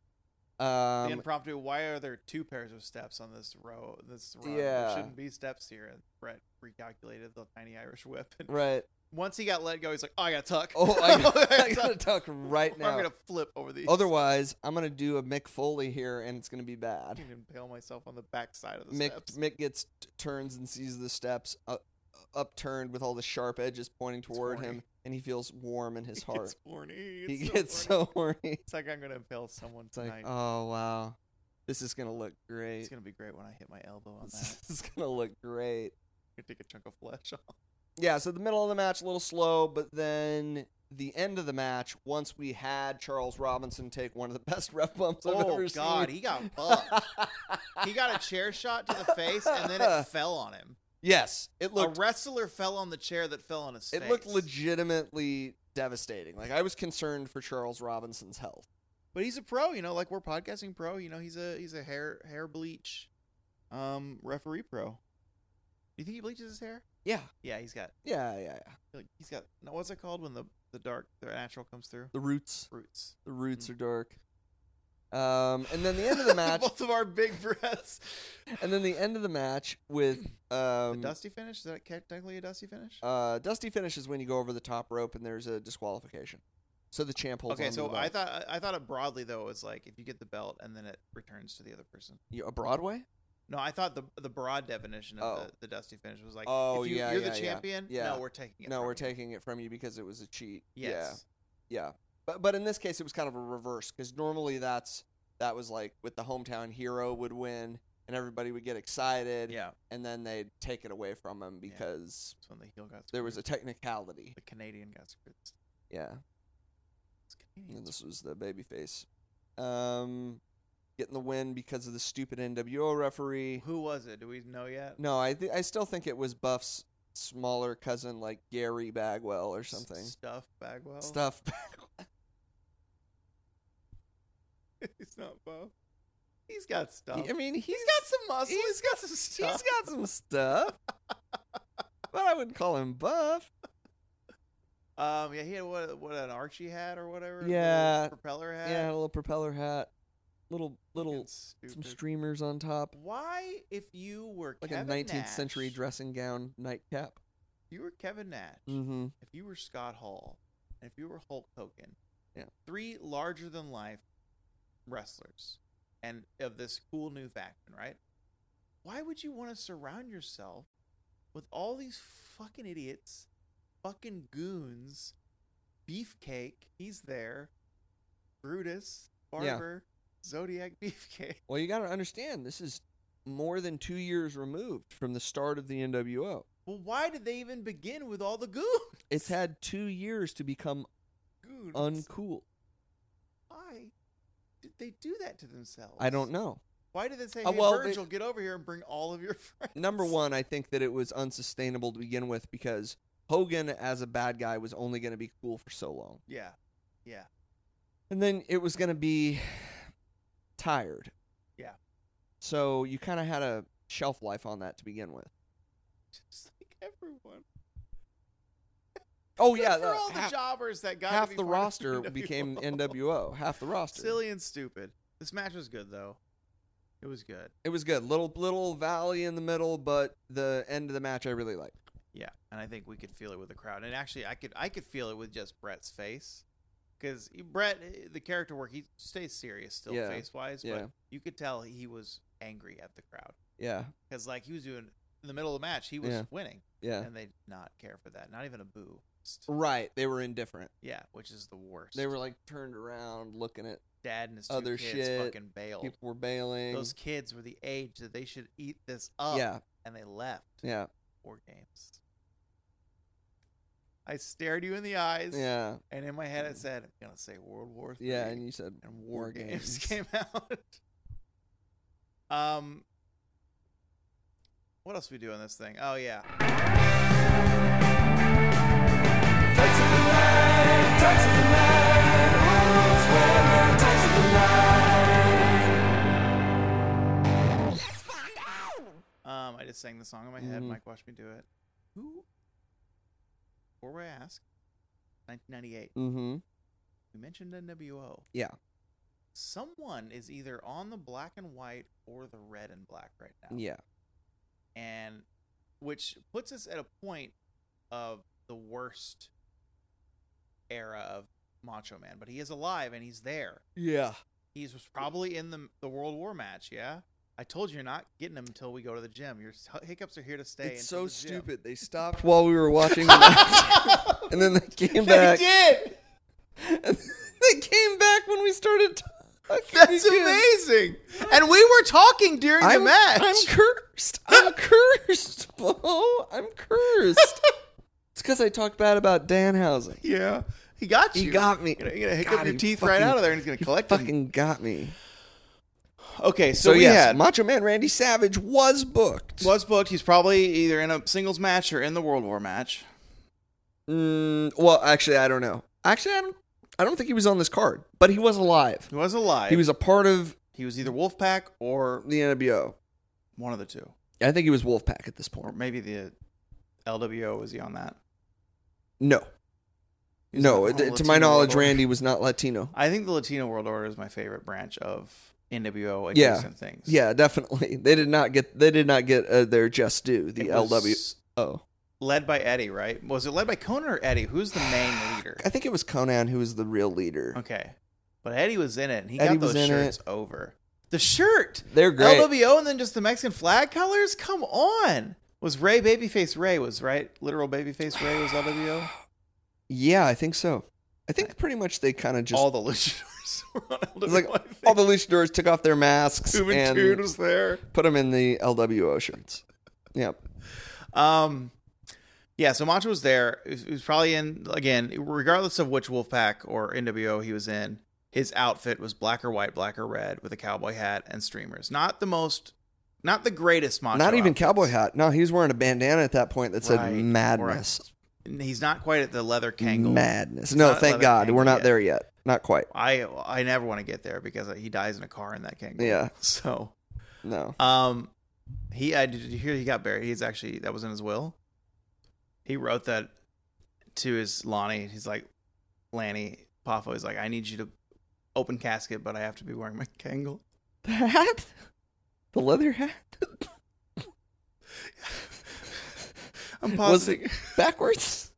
Speaker 2: the
Speaker 1: um
Speaker 2: impromptu. Why are there two pairs of steps on this row? This row
Speaker 1: Yeah.
Speaker 2: there shouldn't be steps here. And Brett recalculated the tiny Irish whip. And
Speaker 1: right.
Speaker 2: once he got let go, he's like, "Oh, I got tuck.
Speaker 1: Oh, I, got- I
Speaker 2: tuck.
Speaker 1: gotta talk right
Speaker 2: I'm
Speaker 1: now.
Speaker 2: gonna flip over these.
Speaker 1: Otherwise, I'm gonna do a Mick Foley here, and it's gonna be
Speaker 2: I
Speaker 1: bad.
Speaker 2: can impale myself on the back side of the
Speaker 1: Mick
Speaker 2: steps.
Speaker 1: Mick gets t- turns and sees the steps uh, upturned with all the sharp edges pointing toward
Speaker 2: horny.
Speaker 1: him, and he feels warm in his
Speaker 2: He
Speaker 1: heart.
Speaker 2: gets horny.
Speaker 1: he
Speaker 2: It's so
Speaker 1: gets
Speaker 2: horny.
Speaker 1: so horny.
Speaker 2: It's like I'm gonna impale someone
Speaker 1: It's like,
Speaker 2: tonight.
Speaker 1: oh wow, this is gonna look
Speaker 2: it's
Speaker 1: great.
Speaker 2: gonna be great when I hit my elbow on that.
Speaker 1: This is gonna look great.
Speaker 2: I'm gonna take a chunk of flesh off.
Speaker 1: yeah, so the middle of the match a little slow, but then the end of the match, once we had Charles Robinson take one of the best ref bumps I've
Speaker 2: Oh
Speaker 1: ever
Speaker 2: God,
Speaker 1: seen.
Speaker 2: he got bucked. he got a chair shot to the face, and then it fell on him.
Speaker 1: yes, it looked
Speaker 2: a wrestler fell on the chair that fell on his face.
Speaker 1: it looked legitimately devastating. Like I was concerned for Charles Robinson's health.
Speaker 2: But he's a pro, you know, like we're podcasting pro, you know, he's a he's a hair hair bleach um referee pro. Do you think he bleaches his hair?
Speaker 1: Yeah,
Speaker 2: Yeah, he's got
Speaker 1: yeah, yeah, yeah.
Speaker 2: like he's got no what's it called when the the dark the natural comes through?
Speaker 1: The roots,
Speaker 2: Roots.
Speaker 1: the roots
Speaker 2: Mm.
Speaker 1: are dark. Um, and then the end of the match,
Speaker 2: Both of our big breaths.
Speaker 1: and then the end of the match with um,
Speaker 2: the dusty finish? Is that ca- technically a dusty finish?
Speaker 1: uh, Dusty finishes when you go over the top rope, and there's a disqualification. So the champ holds.
Speaker 2: okay,
Speaker 1: onto
Speaker 2: so
Speaker 1: the
Speaker 2: I
Speaker 1: belt.
Speaker 2: thought I thought it broadly though was like if you get the belt and then it returns to the other person.
Speaker 1: You- a Broadway.
Speaker 2: No, I thought the the broad definition of
Speaker 1: Oh.
Speaker 2: the, the dusty finish was like,
Speaker 1: Oh,
Speaker 2: if you,
Speaker 1: yeah,
Speaker 2: you're
Speaker 1: yeah,
Speaker 2: the
Speaker 1: yeah.
Speaker 2: champion.
Speaker 1: Yeah.
Speaker 2: No, we're taking it.
Speaker 1: No,
Speaker 2: from
Speaker 1: we're
Speaker 2: you.
Speaker 1: taking it from you because it was a cheat.
Speaker 2: Yes.
Speaker 1: Yeah. Yeah. But but in this case it was kind of a reverse cuz normally that's that was like with the hometown hero would win and everybody would get excited
Speaker 2: Yeah.
Speaker 1: and then they'd take it away from him because
Speaker 2: That's when the heel got screwed.
Speaker 1: there was a technicality.
Speaker 2: the Canadian got screwed. It's-
Speaker 1: Yeah.
Speaker 2: it's
Speaker 1: And
Speaker 2: Canadians.
Speaker 1: this was the babyface. Um getting the win because of the stupid NWO referee.
Speaker 2: Who was it? Do we know yet?
Speaker 1: No, I th- I still think it was Buff's smaller cousin like Gary Bagwell or something.
Speaker 2: S- Stuff Bagwell.
Speaker 1: Stuff
Speaker 2: He's not Bo. He's got stuff.
Speaker 1: I mean, he's
Speaker 2: he's got some muscle. he's got some stuff.
Speaker 1: he's got some stuff, but I wouldn't call him buff.
Speaker 2: Um, yeah, he had what, what an Archie hat or whatever.
Speaker 1: Yeah.
Speaker 2: a propeller hat.
Speaker 1: Yeah, a little propeller hat, little little
Speaker 2: Fucking
Speaker 1: some
Speaker 2: stupid.
Speaker 1: streamers on top,
Speaker 2: Why, if you were
Speaker 1: like
Speaker 2: Kevin
Speaker 1: a 19th
Speaker 2: Nash,
Speaker 1: century dressing gown nightcap.
Speaker 2: if you were Kevin Nash,
Speaker 1: Mm-hmm.
Speaker 2: if you were Scott Hall, and if you were Hulk Hogan,
Speaker 1: Yeah.
Speaker 2: three larger than life wrestlers, and of this cool new faction, right? Why would you want to surround yourself with all these fucking idiots, fucking goons, Beefcake? He's there, Brutus, Barber, Zodiac, Beefcake.
Speaker 1: Well, you got to understand, this is more than two years removed from the start of the NWO.
Speaker 2: Well, why did they even begin with all the goons?
Speaker 1: It's had two years to become
Speaker 2: Goons.
Speaker 1: uncool.
Speaker 2: why did they do that to themselves?
Speaker 1: I don't know.
Speaker 2: Why did they say,
Speaker 1: Uh,
Speaker 2: hey,
Speaker 1: well, they-
Speaker 2: Virgil, get over here and bring all of your friends?
Speaker 1: Number one, I think that it was unsustainable to begin with because Hogan as a bad guy was only going to be cool for so long.
Speaker 2: Yeah. Yeah.
Speaker 1: And then it was going to be tired.
Speaker 2: Yeah.
Speaker 1: So you kind of had a shelf life on that to begin with.
Speaker 2: Just like everyone.
Speaker 1: Oh, yeah.
Speaker 2: For all the
Speaker 1: half,
Speaker 2: jobbers that got to
Speaker 1: half
Speaker 2: be
Speaker 1: the
Speaker 2: part of
Speaker 1: roster
Speaker 2: NWO.
Speaker 1: became NWO. Half the roster.
Speaker 2: Silly and stupid. This match was good, though. It was good.
Speaker 1: It was good. Little little valley in the middle, but the end of the match I really liked.
Speaker 2: Yeah, and I think we could feel it with the crowd. And actually, I could I could feel it with just Brett's face, because Brett, eh, the character work, he stays serious still,
Speaker 1: Yeah.
Speaker 2: face wise.
Speaker 1: Yeah.
Speaker 2: But you could tell he was angry at the crowd
Speaker 1: Yeah.
Speaker 2: because, like, he was doing in the middle of the match, he was
Speaker 1: Yeah.
Speaker 2: winning,
Speaker 1: Yeah.
Speaker 2: and they did not care for that. Not even a boo. Just-
Speaker 1: Right. They were indifferent.
Speaker 2: Yeah, which is the worst.
Speaker 1: They were like turned around looking at
Speaker 2: dad and his two
Speaker 1: other
Speaker 2: kids
Speaker 1: shit.
Speaker 2: fucking bailed.
Speaker 1: people were bailing.
Speaker 2: Those kids were the age that they should eat this up.
Speaker 1: Yeah.
Speaker 2: And they left.
Speaker 1: Yeah.
Speaker 2: Four games. I stared you in the eyes.
Speaker 1: Yeah.
Speaker 2: And in my head, I said, I'm going to say World War Three.
Speaker 1: Yeah, and you said
Speaker 2: and War Games came out. um, what else we do on this thing? Oh yeah, um, I just sang the song in my head.
Speaker 1: Mhm.
Speaker 2: Mike watched me do it. Who? Before I ask, 1998.
Speaker 1: Mm-hmm.
Speaker 2: We mentioned NWO.
Speaker 1: Yeah.
Speaker 2: Someone is either on the black and white or the red and black right now.
Speaker 1: Yeah.
Speaker 2: and which puts us at a point of the worst era of Macho Man. But he is alive and he's there.
Speaker 1: Yeah.
Speaker 2: He's probably in the the World War match. Yeah, I told you you're not getting him until we go to the gym. Your s- hiccups are here to stay.
Speaker 1: It's so
Speaker 2: until the gym.
Speaker 1: stupid. They stopped while we were watching the match, and then they came
Speaker 2: They
Speaker 1: back.
Speaker 2: did.
Speaker 1: They came back when we started talking. because-
Speaker 2: That's amazing. And we were talking during
Speaker 1: I'm,
Speaker 2: the match.
Speaker 1: I'm cursed. I'm cursed, Bo. I'm cursed. it's because I talked bad about Danhausen.
Speaker 2: yeah, he got you.
Speaker 1: He got me.
Speaker 2: You're gonna, you're gonna hiccup
Speaker 1: God,
Speaker 2: your
Speaker 1: he
Speaker 2: teeth right
Speaker 1: fucking-
Speaker 2: out of there, and he's gonna collect them.
Speaker 1: Fucking got me.
Speaker 2: Okay, so,
Speaker 1: So,
Speaker 2: we
Speaker 1: yes,
Speaker 2: had
Speaker 1: Macho Man Randy Savage was booked.
Speaker 2: was booked. He's probably either in a singles match or in the World War match.
Speaker 1: Mm, well, actually, I don't know. Actually, I don't. I don't think he was on this card, but he was alive.
Speaker 2: He was alive.
Speaker 1: He was a part of
Speaker 2: He was either Wolfpack or
Speaker 1: the NWO.
Speaker 2: one of the two,
Speaker 1: I think he was Wolfpack at this
Speaker 2: or
Speaker 1: point.
Speaker 2: maybe the LWO. Was he on that?
Speaker 1: No,
Speaker 2: He's
Speaker 1: no.
Speaker 2: not on
Speaker 1: it- to
Speaker 2: Latino
Speaker 1: my knowledge,
Speaker 2: World Order.
Speaker 1: Randy was not Latino.
Speaker 2: I think the Latino World Order is my favorite branch of NWO
Speaker 1: Yeah.
Speaker 2: adjacent things.
Speaker 1: Yeah, definitely. They did not get. They did not get uh, their just due. The
Speaker 2: It was
Speaker 1: LWO.
Speaker 2: led by Eddie, right? Was it led by Conan or Eddie? Who's the main leader?
Speaker 1: I think it was Conan who was the real leader.
Speaker 2: Okay, but Eddie was in it, and he
Speaker 1: Eddie
Speaker 2: got those
Speaker 1: was in
Speaker 2: shirts over the shirt.
Speaker 1: They're great.
Speaker 2: LWO and then just the Mexican flag colors? Come on. Was Ray Babyface Ray was right? Literal Babyface Ray was LWO?
Speaker 1: Yeah, I think so. I think pretty much they kind of just
Speaker 2: all
Speaker 1: all,
Speaker 2: the luchadors were on LWO.
Speaker 1: like,
Speaker 2: I think.
Speaker 1: the luchadors took off their masks
Speaker 2: Tube and
Speaker 1: and
Speaker 2: Tude was there.
Speaker 1: put them in the LWO shirts. Yep.
Speaker 2: Um yeah, so Macho was there. He was, he was probably in again, regardless of which Wolfpack or NWO he was in. His outfit was black or white, black or red, with a cowboy hat and streamers. Not the most, not the greatest Macho.
Speaker 1: Not even
Speaker 2: outfit.
Speaker 1: cowboy hat. No, he was wearing a bandana at that point that said
Speaker 2: Right.
Speaker 1: madness.
Speaker 2: He's not quite at the leather kangle.
Speaker 1: Madness.
Speaker 2: It's
Speaker 1: No,
Speaker 2: not
Speaker 1: thank
Speaker 2: leather
Speaker 1: God.
Speaker 2: kangle
Speaker 1: We're not
Speaker 2: yet.
Speaker 1: there yet. Not quite.
Speaker 2: I I never want to get there because he dies in a car and that can't go.
Speaker 1: Yeah.
Speaker 2: So,
Speaker 1: No.
Speaker 2: um, he I did you hear he got buried. He's actually that was in his will. He wrote that to his Lonnie. He's like, Lanny Poffo. He's like, I need you to open casket, but I have to be wearing my kangle.
Speaker 1: The hat? The leather hat?
Speaker 2: I'm
Speaker 1: Was
Speaker 2: positive.
Speaker 1: it backwards?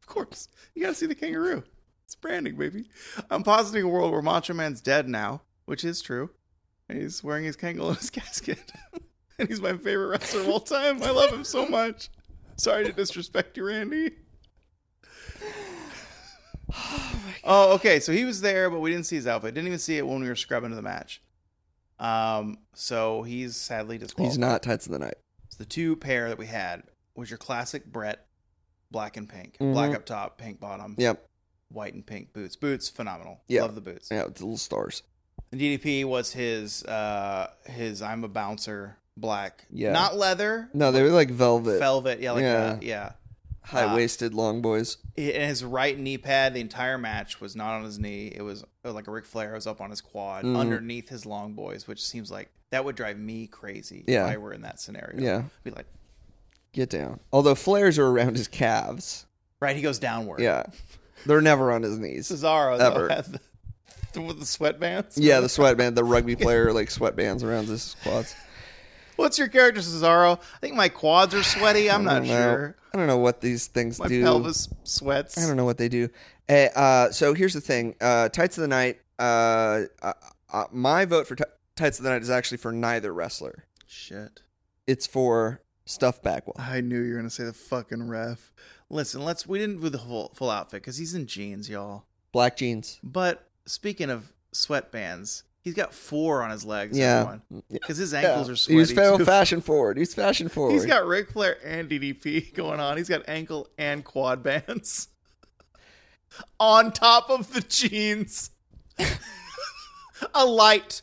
Speaker 2: Of course. You gotta see the kangaroo. It's branding, baby. I'm positing a world where Macho Man's dead now, which is true. And he's wearing his kangle in his casket. and he's my favorite wrestler of all time. I love him so much. Sorry to disrespect you, Randy. Oh, okay. So he was there, but we didn't see his outfit. Didn't even see it when we were scrubbing to the match. Um, so he's sadly disqualified.
Speaker 1: He's not Tights of the Night.
Speaker 2: So the two pair that we had was your classic Brett, black and pink, black
Speaker 1: Mhm.
Speaker 2: up top, pink bottom,
Speaker 1: Yep.
Speaker 2: white and pink boots. Boots, phenomenal.
Speaker 1: Yeah.
Speaker 2: Love the boots.
Speaker 1: Yeah, it's little stars.
Speaker 2: The DDP was his uh his I'm a bouncer black.
Speaker 1: Yeah.
Speaker 2: Not leather.
Speaker 1: No, they were like velvet,
Speaker 2: Velvet, yeah, like
Speaker 1: Yeah.
Speaker 2: yeah. yeah.
Speaker 1: high waisted long boys.
Speaker 2: He- And his right knee pad, the entire match was not on his knee. It was uh, like a Ric Flair it was up on his quad
Speaker 1: Mhm.
Speaker 2: underneath his long boys, which seems like that would drive me crazy
Speaker 1: Yeah.
Speaker 2: if I were in that scenario.
Speaker 1: Yeah.
Speaker 2: Be like,
Speaker 1: Get down. Although flares are around his calves.
Speaker 2: right, he goes downward.
Speaker 1: Yeah. They're never on his knees.
Speaker 2: Cesaro though,
Speaker 1: Ever.
Speaker 2: had the, with the sweatbands.
Speaker 1: Yeah, the sweatband, the rugby player like sweatbands around his quads.
Speaker 2: What's your character, Cesaro? I think my quads are sweaty. I'm
Speaker 1: I
Speaker 2: not
Speaker 1: don't know.
Speaker 2: sure.
Speaker 1: I don't know what these things
Speaker 2: My
Speaker 1: do.
Speaker 2: pelvis sweats.
Speaker 1: I don't know what they do. Eh, uh, so here's the thing: uh, Tights of the Night. Uh, uh, uh, my vote for t- Tights of the Night is actually for neither wrestler.
Speaker 2: Shit.
Speaker 1: It's for Stuff Bagwell.
Speaker 2: I knew you were gonna say the fucking ref. Listen, let's. We didn't do the full full outfit because he's in jeans, y'all.
Speaker 1: Black jeans.
Speaker 2: But speaking of sweatbands, he's got four on his legs.
Speaker 1: Yeah.
Speaker 2: Because his ankles
Speaker 1: Yeah.
Speaker 2: are sweaty.
Speaker 1: He's fa-
Speaker 2: too.
Speaker 1: fashion forward. He's fashion forward.
Speaker 2: He's got Ric Flair and DDP going on. He's got ankle and quad bands on top of the jeans. a light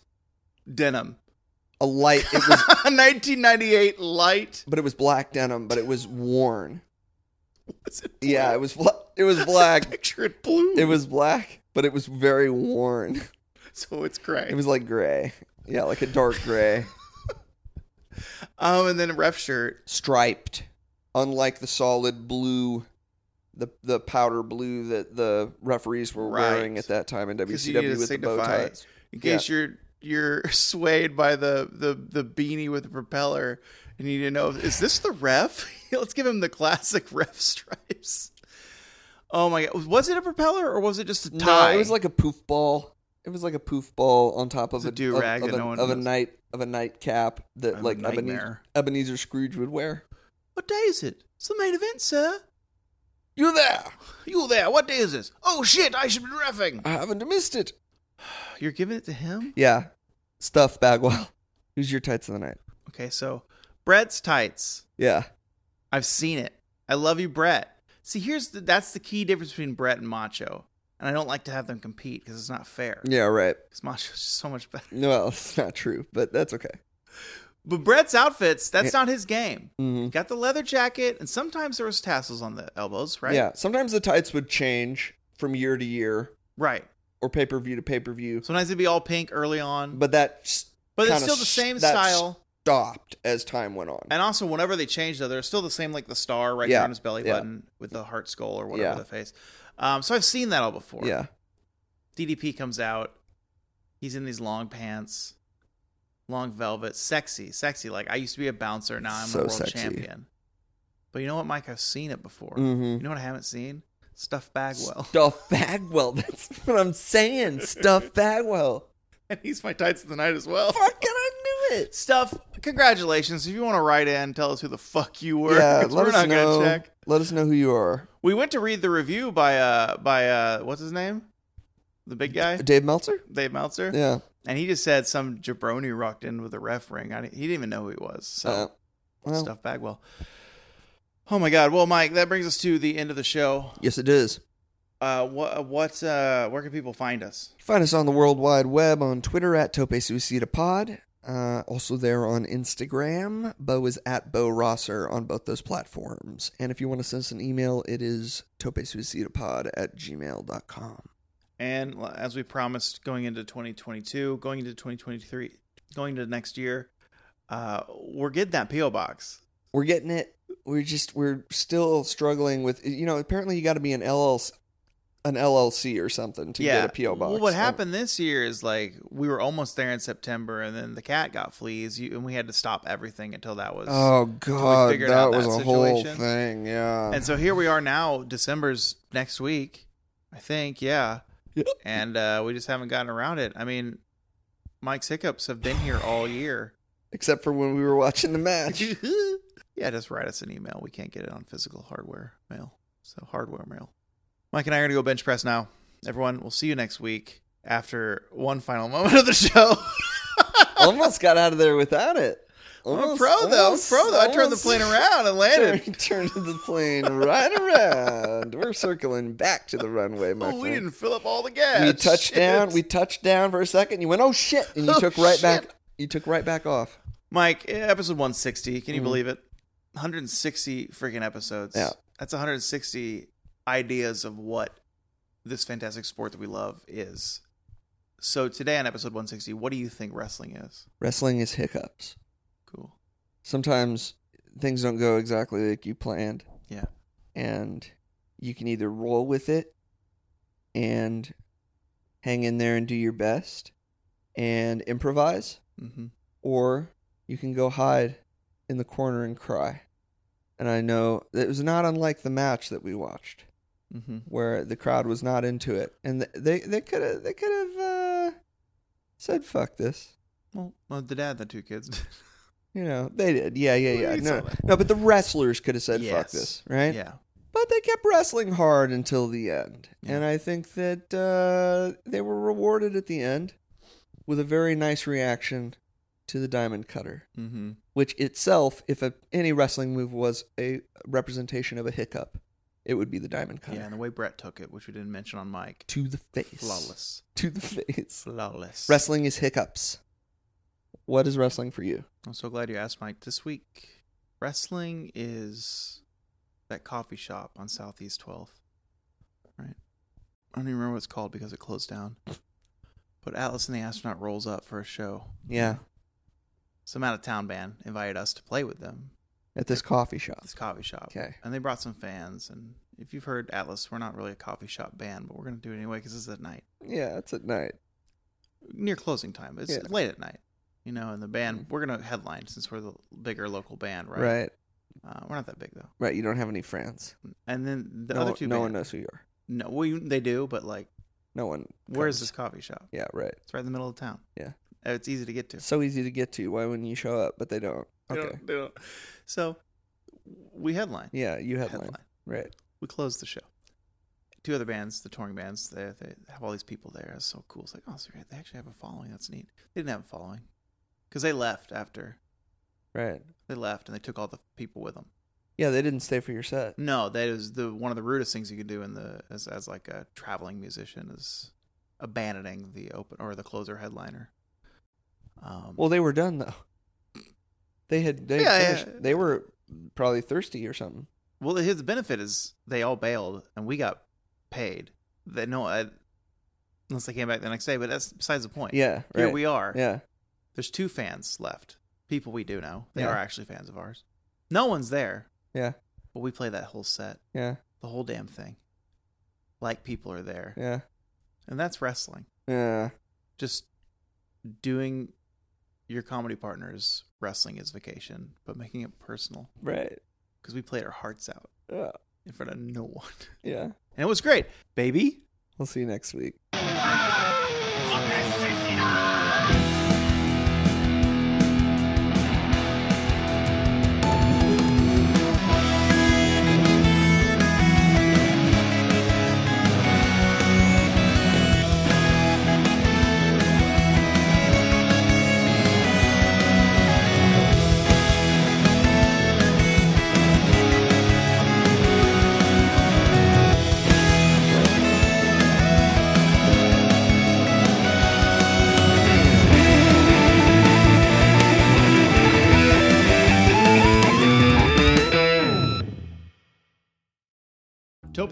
Speaker 2: denim.
Speaker 1: a light. It was,
Speaker 2: 1998 light.
Speaker 1: but it was black denim. But it was worn.
Speaker 2: Was it blue?
Speaker 1: Yeah, it was. Bla- it was black.
Speaker 2: Picture it blue.
Speaker 1: it was black, but it was very worn.
Speaker 2: so it's gray.
Speaker 1: It was like gray. Yeah, like a dark gray,
Speaker 2: um, and then a ref shirt.
Speaker 1: striped, unlike the solid blue. The, the powder blue that the referees were
Speaker 2: Right.
Speaker 1: wearing at that time in
Speaker 2: 'Cause you need
Speaker 1: WCW
Speaker 2: to
Speaker 1: with the bow
Speaker 2: signify-
Speaker 1: ties.
Speaker 2: In case you're you're swayed by the, the the beanie with the propeller, and you need to know is this the ref? Let's give him the classic ref stripes. Oh my god, was it a propeller or was it just a tie?
Speaker 1: No, it was like a poof ball. It was like a poof ball on top of
Speaker 2: a
Speaker 1: a
Speaker 2: do-rag
Speaker 1: of,
Speaker 2: that
Speaker 1: of, a,
Speaker 2: no one
Speaker 1: of a
Speaker 2: knows.
Speaker 1: night of a nightcap that
Speaker 2: I'm a
Speaker 1: like Ebenezer,
Speaker 2: nightmare.
Speaker 1: Ebenezer Scrooge would wear.
Speaker 2: what day is it? It's the main event, sir.
Speaker 1: You there?
Speaker 2: You there? What day is this? Oh shit! I should be refing.
Speaker 1: I haven't missed it.
Speaker 2: You're giving it to him.
Speaker 1: Yeah, stuff Bagwell. Who's your tights of the night?
Speaker 2: Okay, so Brett's tights.
Speaker 1: Yeah,
Speaker 2: I've seen it. I love you, Brett. See, here's the, that's the key difference between Brett and Macho, and I don't like to have them compete because it's not fair.
Speaker 1: yeah, right.
Speaker 2: Because Macho's just so much better.
Speaker 1: Well, it's not true, but that's okay.
Speaker 2: But Brett's outfits, that's not his game.
Speaker 1: Mhm.
Speaker 2: Got the leather jacket, and sometimes there was tassels on the elbows, right?
Speaker 1: Yeah, sometimes the tights would change from year to year
Speaker 2: Right.
Speaker 1: or pay per view to pay per view,
Speaker 2: Sometimes it'd be all pink early on. But,
Speaker 1: but that s-
Speaker 2: it's
Speaker 1: kinda
Speaker 2: still the same
Speaker 1: s- that
Speaker 2: style.
Speaker 1: stopped as time went on.
Speaker 2: And also, whenever they change, though, they're still the same, like the star right
Speaker 1: Yeah.
Speaker 2: around his belly
Speaker 1: Yeah.
Speaker 2: button with the heart skull or whatever
Speaker 1: Yeah.
Speaker 2: the face. Um, so I've seen that all before.
Speaker 1: Yeah,
Speaker 2: DDP comes out. He's in these long pants, long velvet, sexy, sexy. Like I used to be a bouncer, now I'm
Speaker 1: So
Speaker 2: a world
Speaker 1: sexy.
Speaker 2: champion. But you know what, Mike? I've seen it before.
Speaker 1: Mhm.
Speaker 2: You know what I haven't seen? Stuff Bagwell.
Speaker 1: Stuff Bagwell. That's what I'm saying. Stuff Bagwell.
Speaker 2: and he's my tights of the night as well.
Speaker 1: Fucking, I knew it.
Speaker 2: Stuff. Congratulations. If you want to write in, tell us who the fuck you were.
Speaker 1: yeah,
Speaker 2: 'cause
Speaker 1: let
Speaker 2: we're
Speaker 1: us
Speaker 2: not
Speaker 1: know.
Speaker 2: gonna check.
Speaker 1: Let us know who you are.
Speaker 2: We went to read the review by uh by uh what's his name, the big guy,
Speaker 1: Dave Meltzer.
Speaker 2: Dave Meltzer,
Speaker 1: Yeah.
Speaker 2: and he just said some jabroni rocked in with a ref ring. I didn't, he didn't even know who he was. So.
Speaker 1: Uh, well,
Speaker 2: stuff Bagwell. Oh my God! Well, Mike, that brings us to the end of the show.
Speaker 1: Yes, it is.
Speaker 2: Uh, what, what, uh, where can people find us?
Speaker 1: Find us on the World Wide Web on Twitter at Tope Suicida Pod. Uh, also there on Instagram. Bo is at Bo Rosser on both those platforms. And if you want to send us an email, it is topesuicidapod at gmail.com.
Speaker 2: And l- as we promised, going into 2022, going into 2023, going into next year, uh, we're getting that PO box.
Speaker 1: We're getting it. We're just we're still struggling with you know. Apparently, you got to be an LLC, an LLC or something to
Speaker 2: yeah.
Speaker 1: get a PO box.
Speaker 2: Well, what
Speaker 1: I-
Speaker 2: happened this year is like we were almost there in September, and then the cat got fleas, you, and we had to stop everything until that was.
Speaker 1: Oh god,
Speaker 2: figured
Speaker 1: that
Speaker 2: out
Speaker 1: was a
Speaker 2: that
Speaker 1: whole
Speaker 2: situation.
Speaker 1: thing. Yeah.
Speaker 2: And so here we are now. December's next week, I think. Yeah.
Speaker 1: Yeah.
Speaker 2: And uh, we just haven't gotten around it. I mean, Mike's hiccups have been here all year.
Speaker 1: Except for when we were watching the match.
Speaker 2: yeah, just write us an email. We can't get it on physical hardware mail. So hardware mail. Mike and I are going to go bench press now. Everyone, we'll see you next week after one final moment of the show.
Speaker 1: almost got out of there without it.
Speaker 2: I'm pro though. I'm pro though. I turned the plane around and landed.
Speaker 1: Turned, turned the plane right around. We're circling back to the runway, my
Speaker 2: Oh,
Speaker 1: friend.
Speaker 2: we didn't fill up all the gas.
Speaker 1: we touched
Speaker 2: Shit.
Speaker 1: down. We touched down for a second. You went, oh shit, and you
Speaker 2: Oh,
Speaker 1: took right
Speaker 2: shit.
Speaker 1: back. You took right back off.
Speaker 2: Mike, eh, episode 160. Can you
Speaker 1: Mhm.
Speaker 2: believe it? 160 freaking episodes.
Speaker 1: Yeah.
Speaker 2: That's 160 ideas of what this fantastic sport that we love is. So today on episode 160, what do you think wrestling is?
Speaker 1: Wrestling is hiccups.
Speaker 2: Cool.
Speaker 1: Sometimes things don't go exactly like you planned.
Speaker 2: Yeah.
Speaker 1: And you can either roll with it and hang in there and do your best and improvise.
Speaker 2: Mm-hmm.
Speaker 1: or you can go hide in the corner and cry. And I know it was not unlike the match that we watched,
Speaker 2: Mm-hmm.
Speaker 1: where the crowd was not into it, and th- they they could have they could have uh, said "fuck this,"
Speaker 2: Well, well, the dad, and the two kids.
Speaker 1: you know. They did, yeah, yeah,
Speaker 2: We
Speaker 1: yeah.
Speaker 2: saw
Speaker 1: No,
Speaker 2: that.
Speaker 1: no, but the wrestlers could have said "fuck
Speaker 2: Yes.
Speaker 1: this," right?
Speaker 2: Yeah.
Speaker 1: But they kept wrestling hard until the end,
Speaker 2: Yeah.
Speaker 1: and I think that uh, they were rewarded at the end with a very nice reaction to the Diamond Cutter.
Speaker 2: Mm-hmm.
Speaker 1: which itself, if a, any wrestling move was a representation of a hiccup, it would be the diamond cutter
Speaker 2: Yeah, and the way Brett took it, which we didn't mention on Mike,
Speaker 1: to the face,
Speaker 2: flawless,
Speaker 1: to the face.
Speaker 2: flawless.
Speaker 1: Wrestling is hiccups. What is wrestling for you?
Speaker 2: I'm so glad you asked, Mike. This week, wrestling is that coffee shop on Southeast 12th, right? I don't even remember what it's called because it closed down. But Atlas and the Astronaut rolls up for a show.
Speaker 1: Yeah,
Speaker 2: Some out of town band invited us to play with them
Speaker 1: at this coffee shop.
Speaker 2: at this coffee shop.
Speaker 1: Okay.
Speaker 2: And they brought some fans. And if you've heard Atlas, we're not really a coffee shop band, but we're going to do it anyway because it's at night,
Speaker 1: Yeah, it's at night.
Speaker 2: near closing time. It's
Speaker 1: Yeah. Mm-hmm.
Speaker 2: late at night, you know, and the band, we're going to headline since we're the bigger local band,
Speaker 1: Right,
Speaker 2: right?
Speaker 1: right.
Speaker 2: Uh, we're not that big, though.
Speaker 1: you don't have any friends.
Speaker 2: And then the
Speaker 1: no,
Speaker 2: other two
Speaker 1: no one
Speaker 2: bands-
Speaker 1: knows who you are.
Speaker 2: No, well, you, they do, but like,
Speaker 1: No one.
Speaker 2: where is
Speaker 1: comes.
Speaker 2: this coffee shop?
Speaker 1: Yeah, right.
Speaker 2: It's right in the middle of town.
Speaker 1: Yeah.
Speaker 2: Uh, it's easy to get to.
Speaker 1: So easy to get to. Why wouldn't you show up? But they don't.
Speaker 2: They
Speaker 1: Okay.
Speaker 2: don't- they don't- So we headline.
Speaker 1: Yeah, you headline. Right.
Speaker 2: We close the show. Two other bands, the touring bands, they, they have all these people there. It's so cool. It's like, oh, so they actually have a following. That's neat. They didn't have a following because they left after
Speaker 1: Right.
Speaker 2: they left and they took all the people with them.
Speaker 1: Yeah, they didn't stay for your set.
Speaker 2: No, that is the one of the rudest things you can do in the as as like a traveling musician is abandoning the open or the closer headliner. Um,
Speaker 1: Well, they were done though. They had they had
Speaker 2: Yeah,
Speaker 1: finished.
Speaker 2: yeah.
Speaker 1: They were probably thirsty or something.
Speaker 2: well, his benefit is they all bailed and we got paid. They no, I, unless they came back the next day, but that's besides the point.
Speaker 1: Yeah,
Speaker 2: here
Speaker 1: right.
Speaker 2: we are.
Speaker 1: Yeah,
Speaker 2: There's two fans left. People we do know. They
Speaker 1: Yeah.
Speaker 2: are actually fans of ours. No one's there,
Speaker 1: yeah,
Speaker 2: but we play that whole set,
Speaker 1: yeah,
Speaker 2: the whole damn thing. Like people are there,
Speaker 1: yeah,
Speaker 2: and that's wrestling.
Speaker 1: yeah.
Speaker 2: just doing your comedy partners wrestling is vacation, but making it personal
Speaker 1: Right.
Speaker 2: because we played our hearts out
Speaker 1: Yeah,
Speaker 2: in front of no one,
Speaker 1: yeah.
Speaker 2: and it was great, baby.
Speaker 1: We'll see you next week.
Speaker 6: Thank
Speaker 2: Tope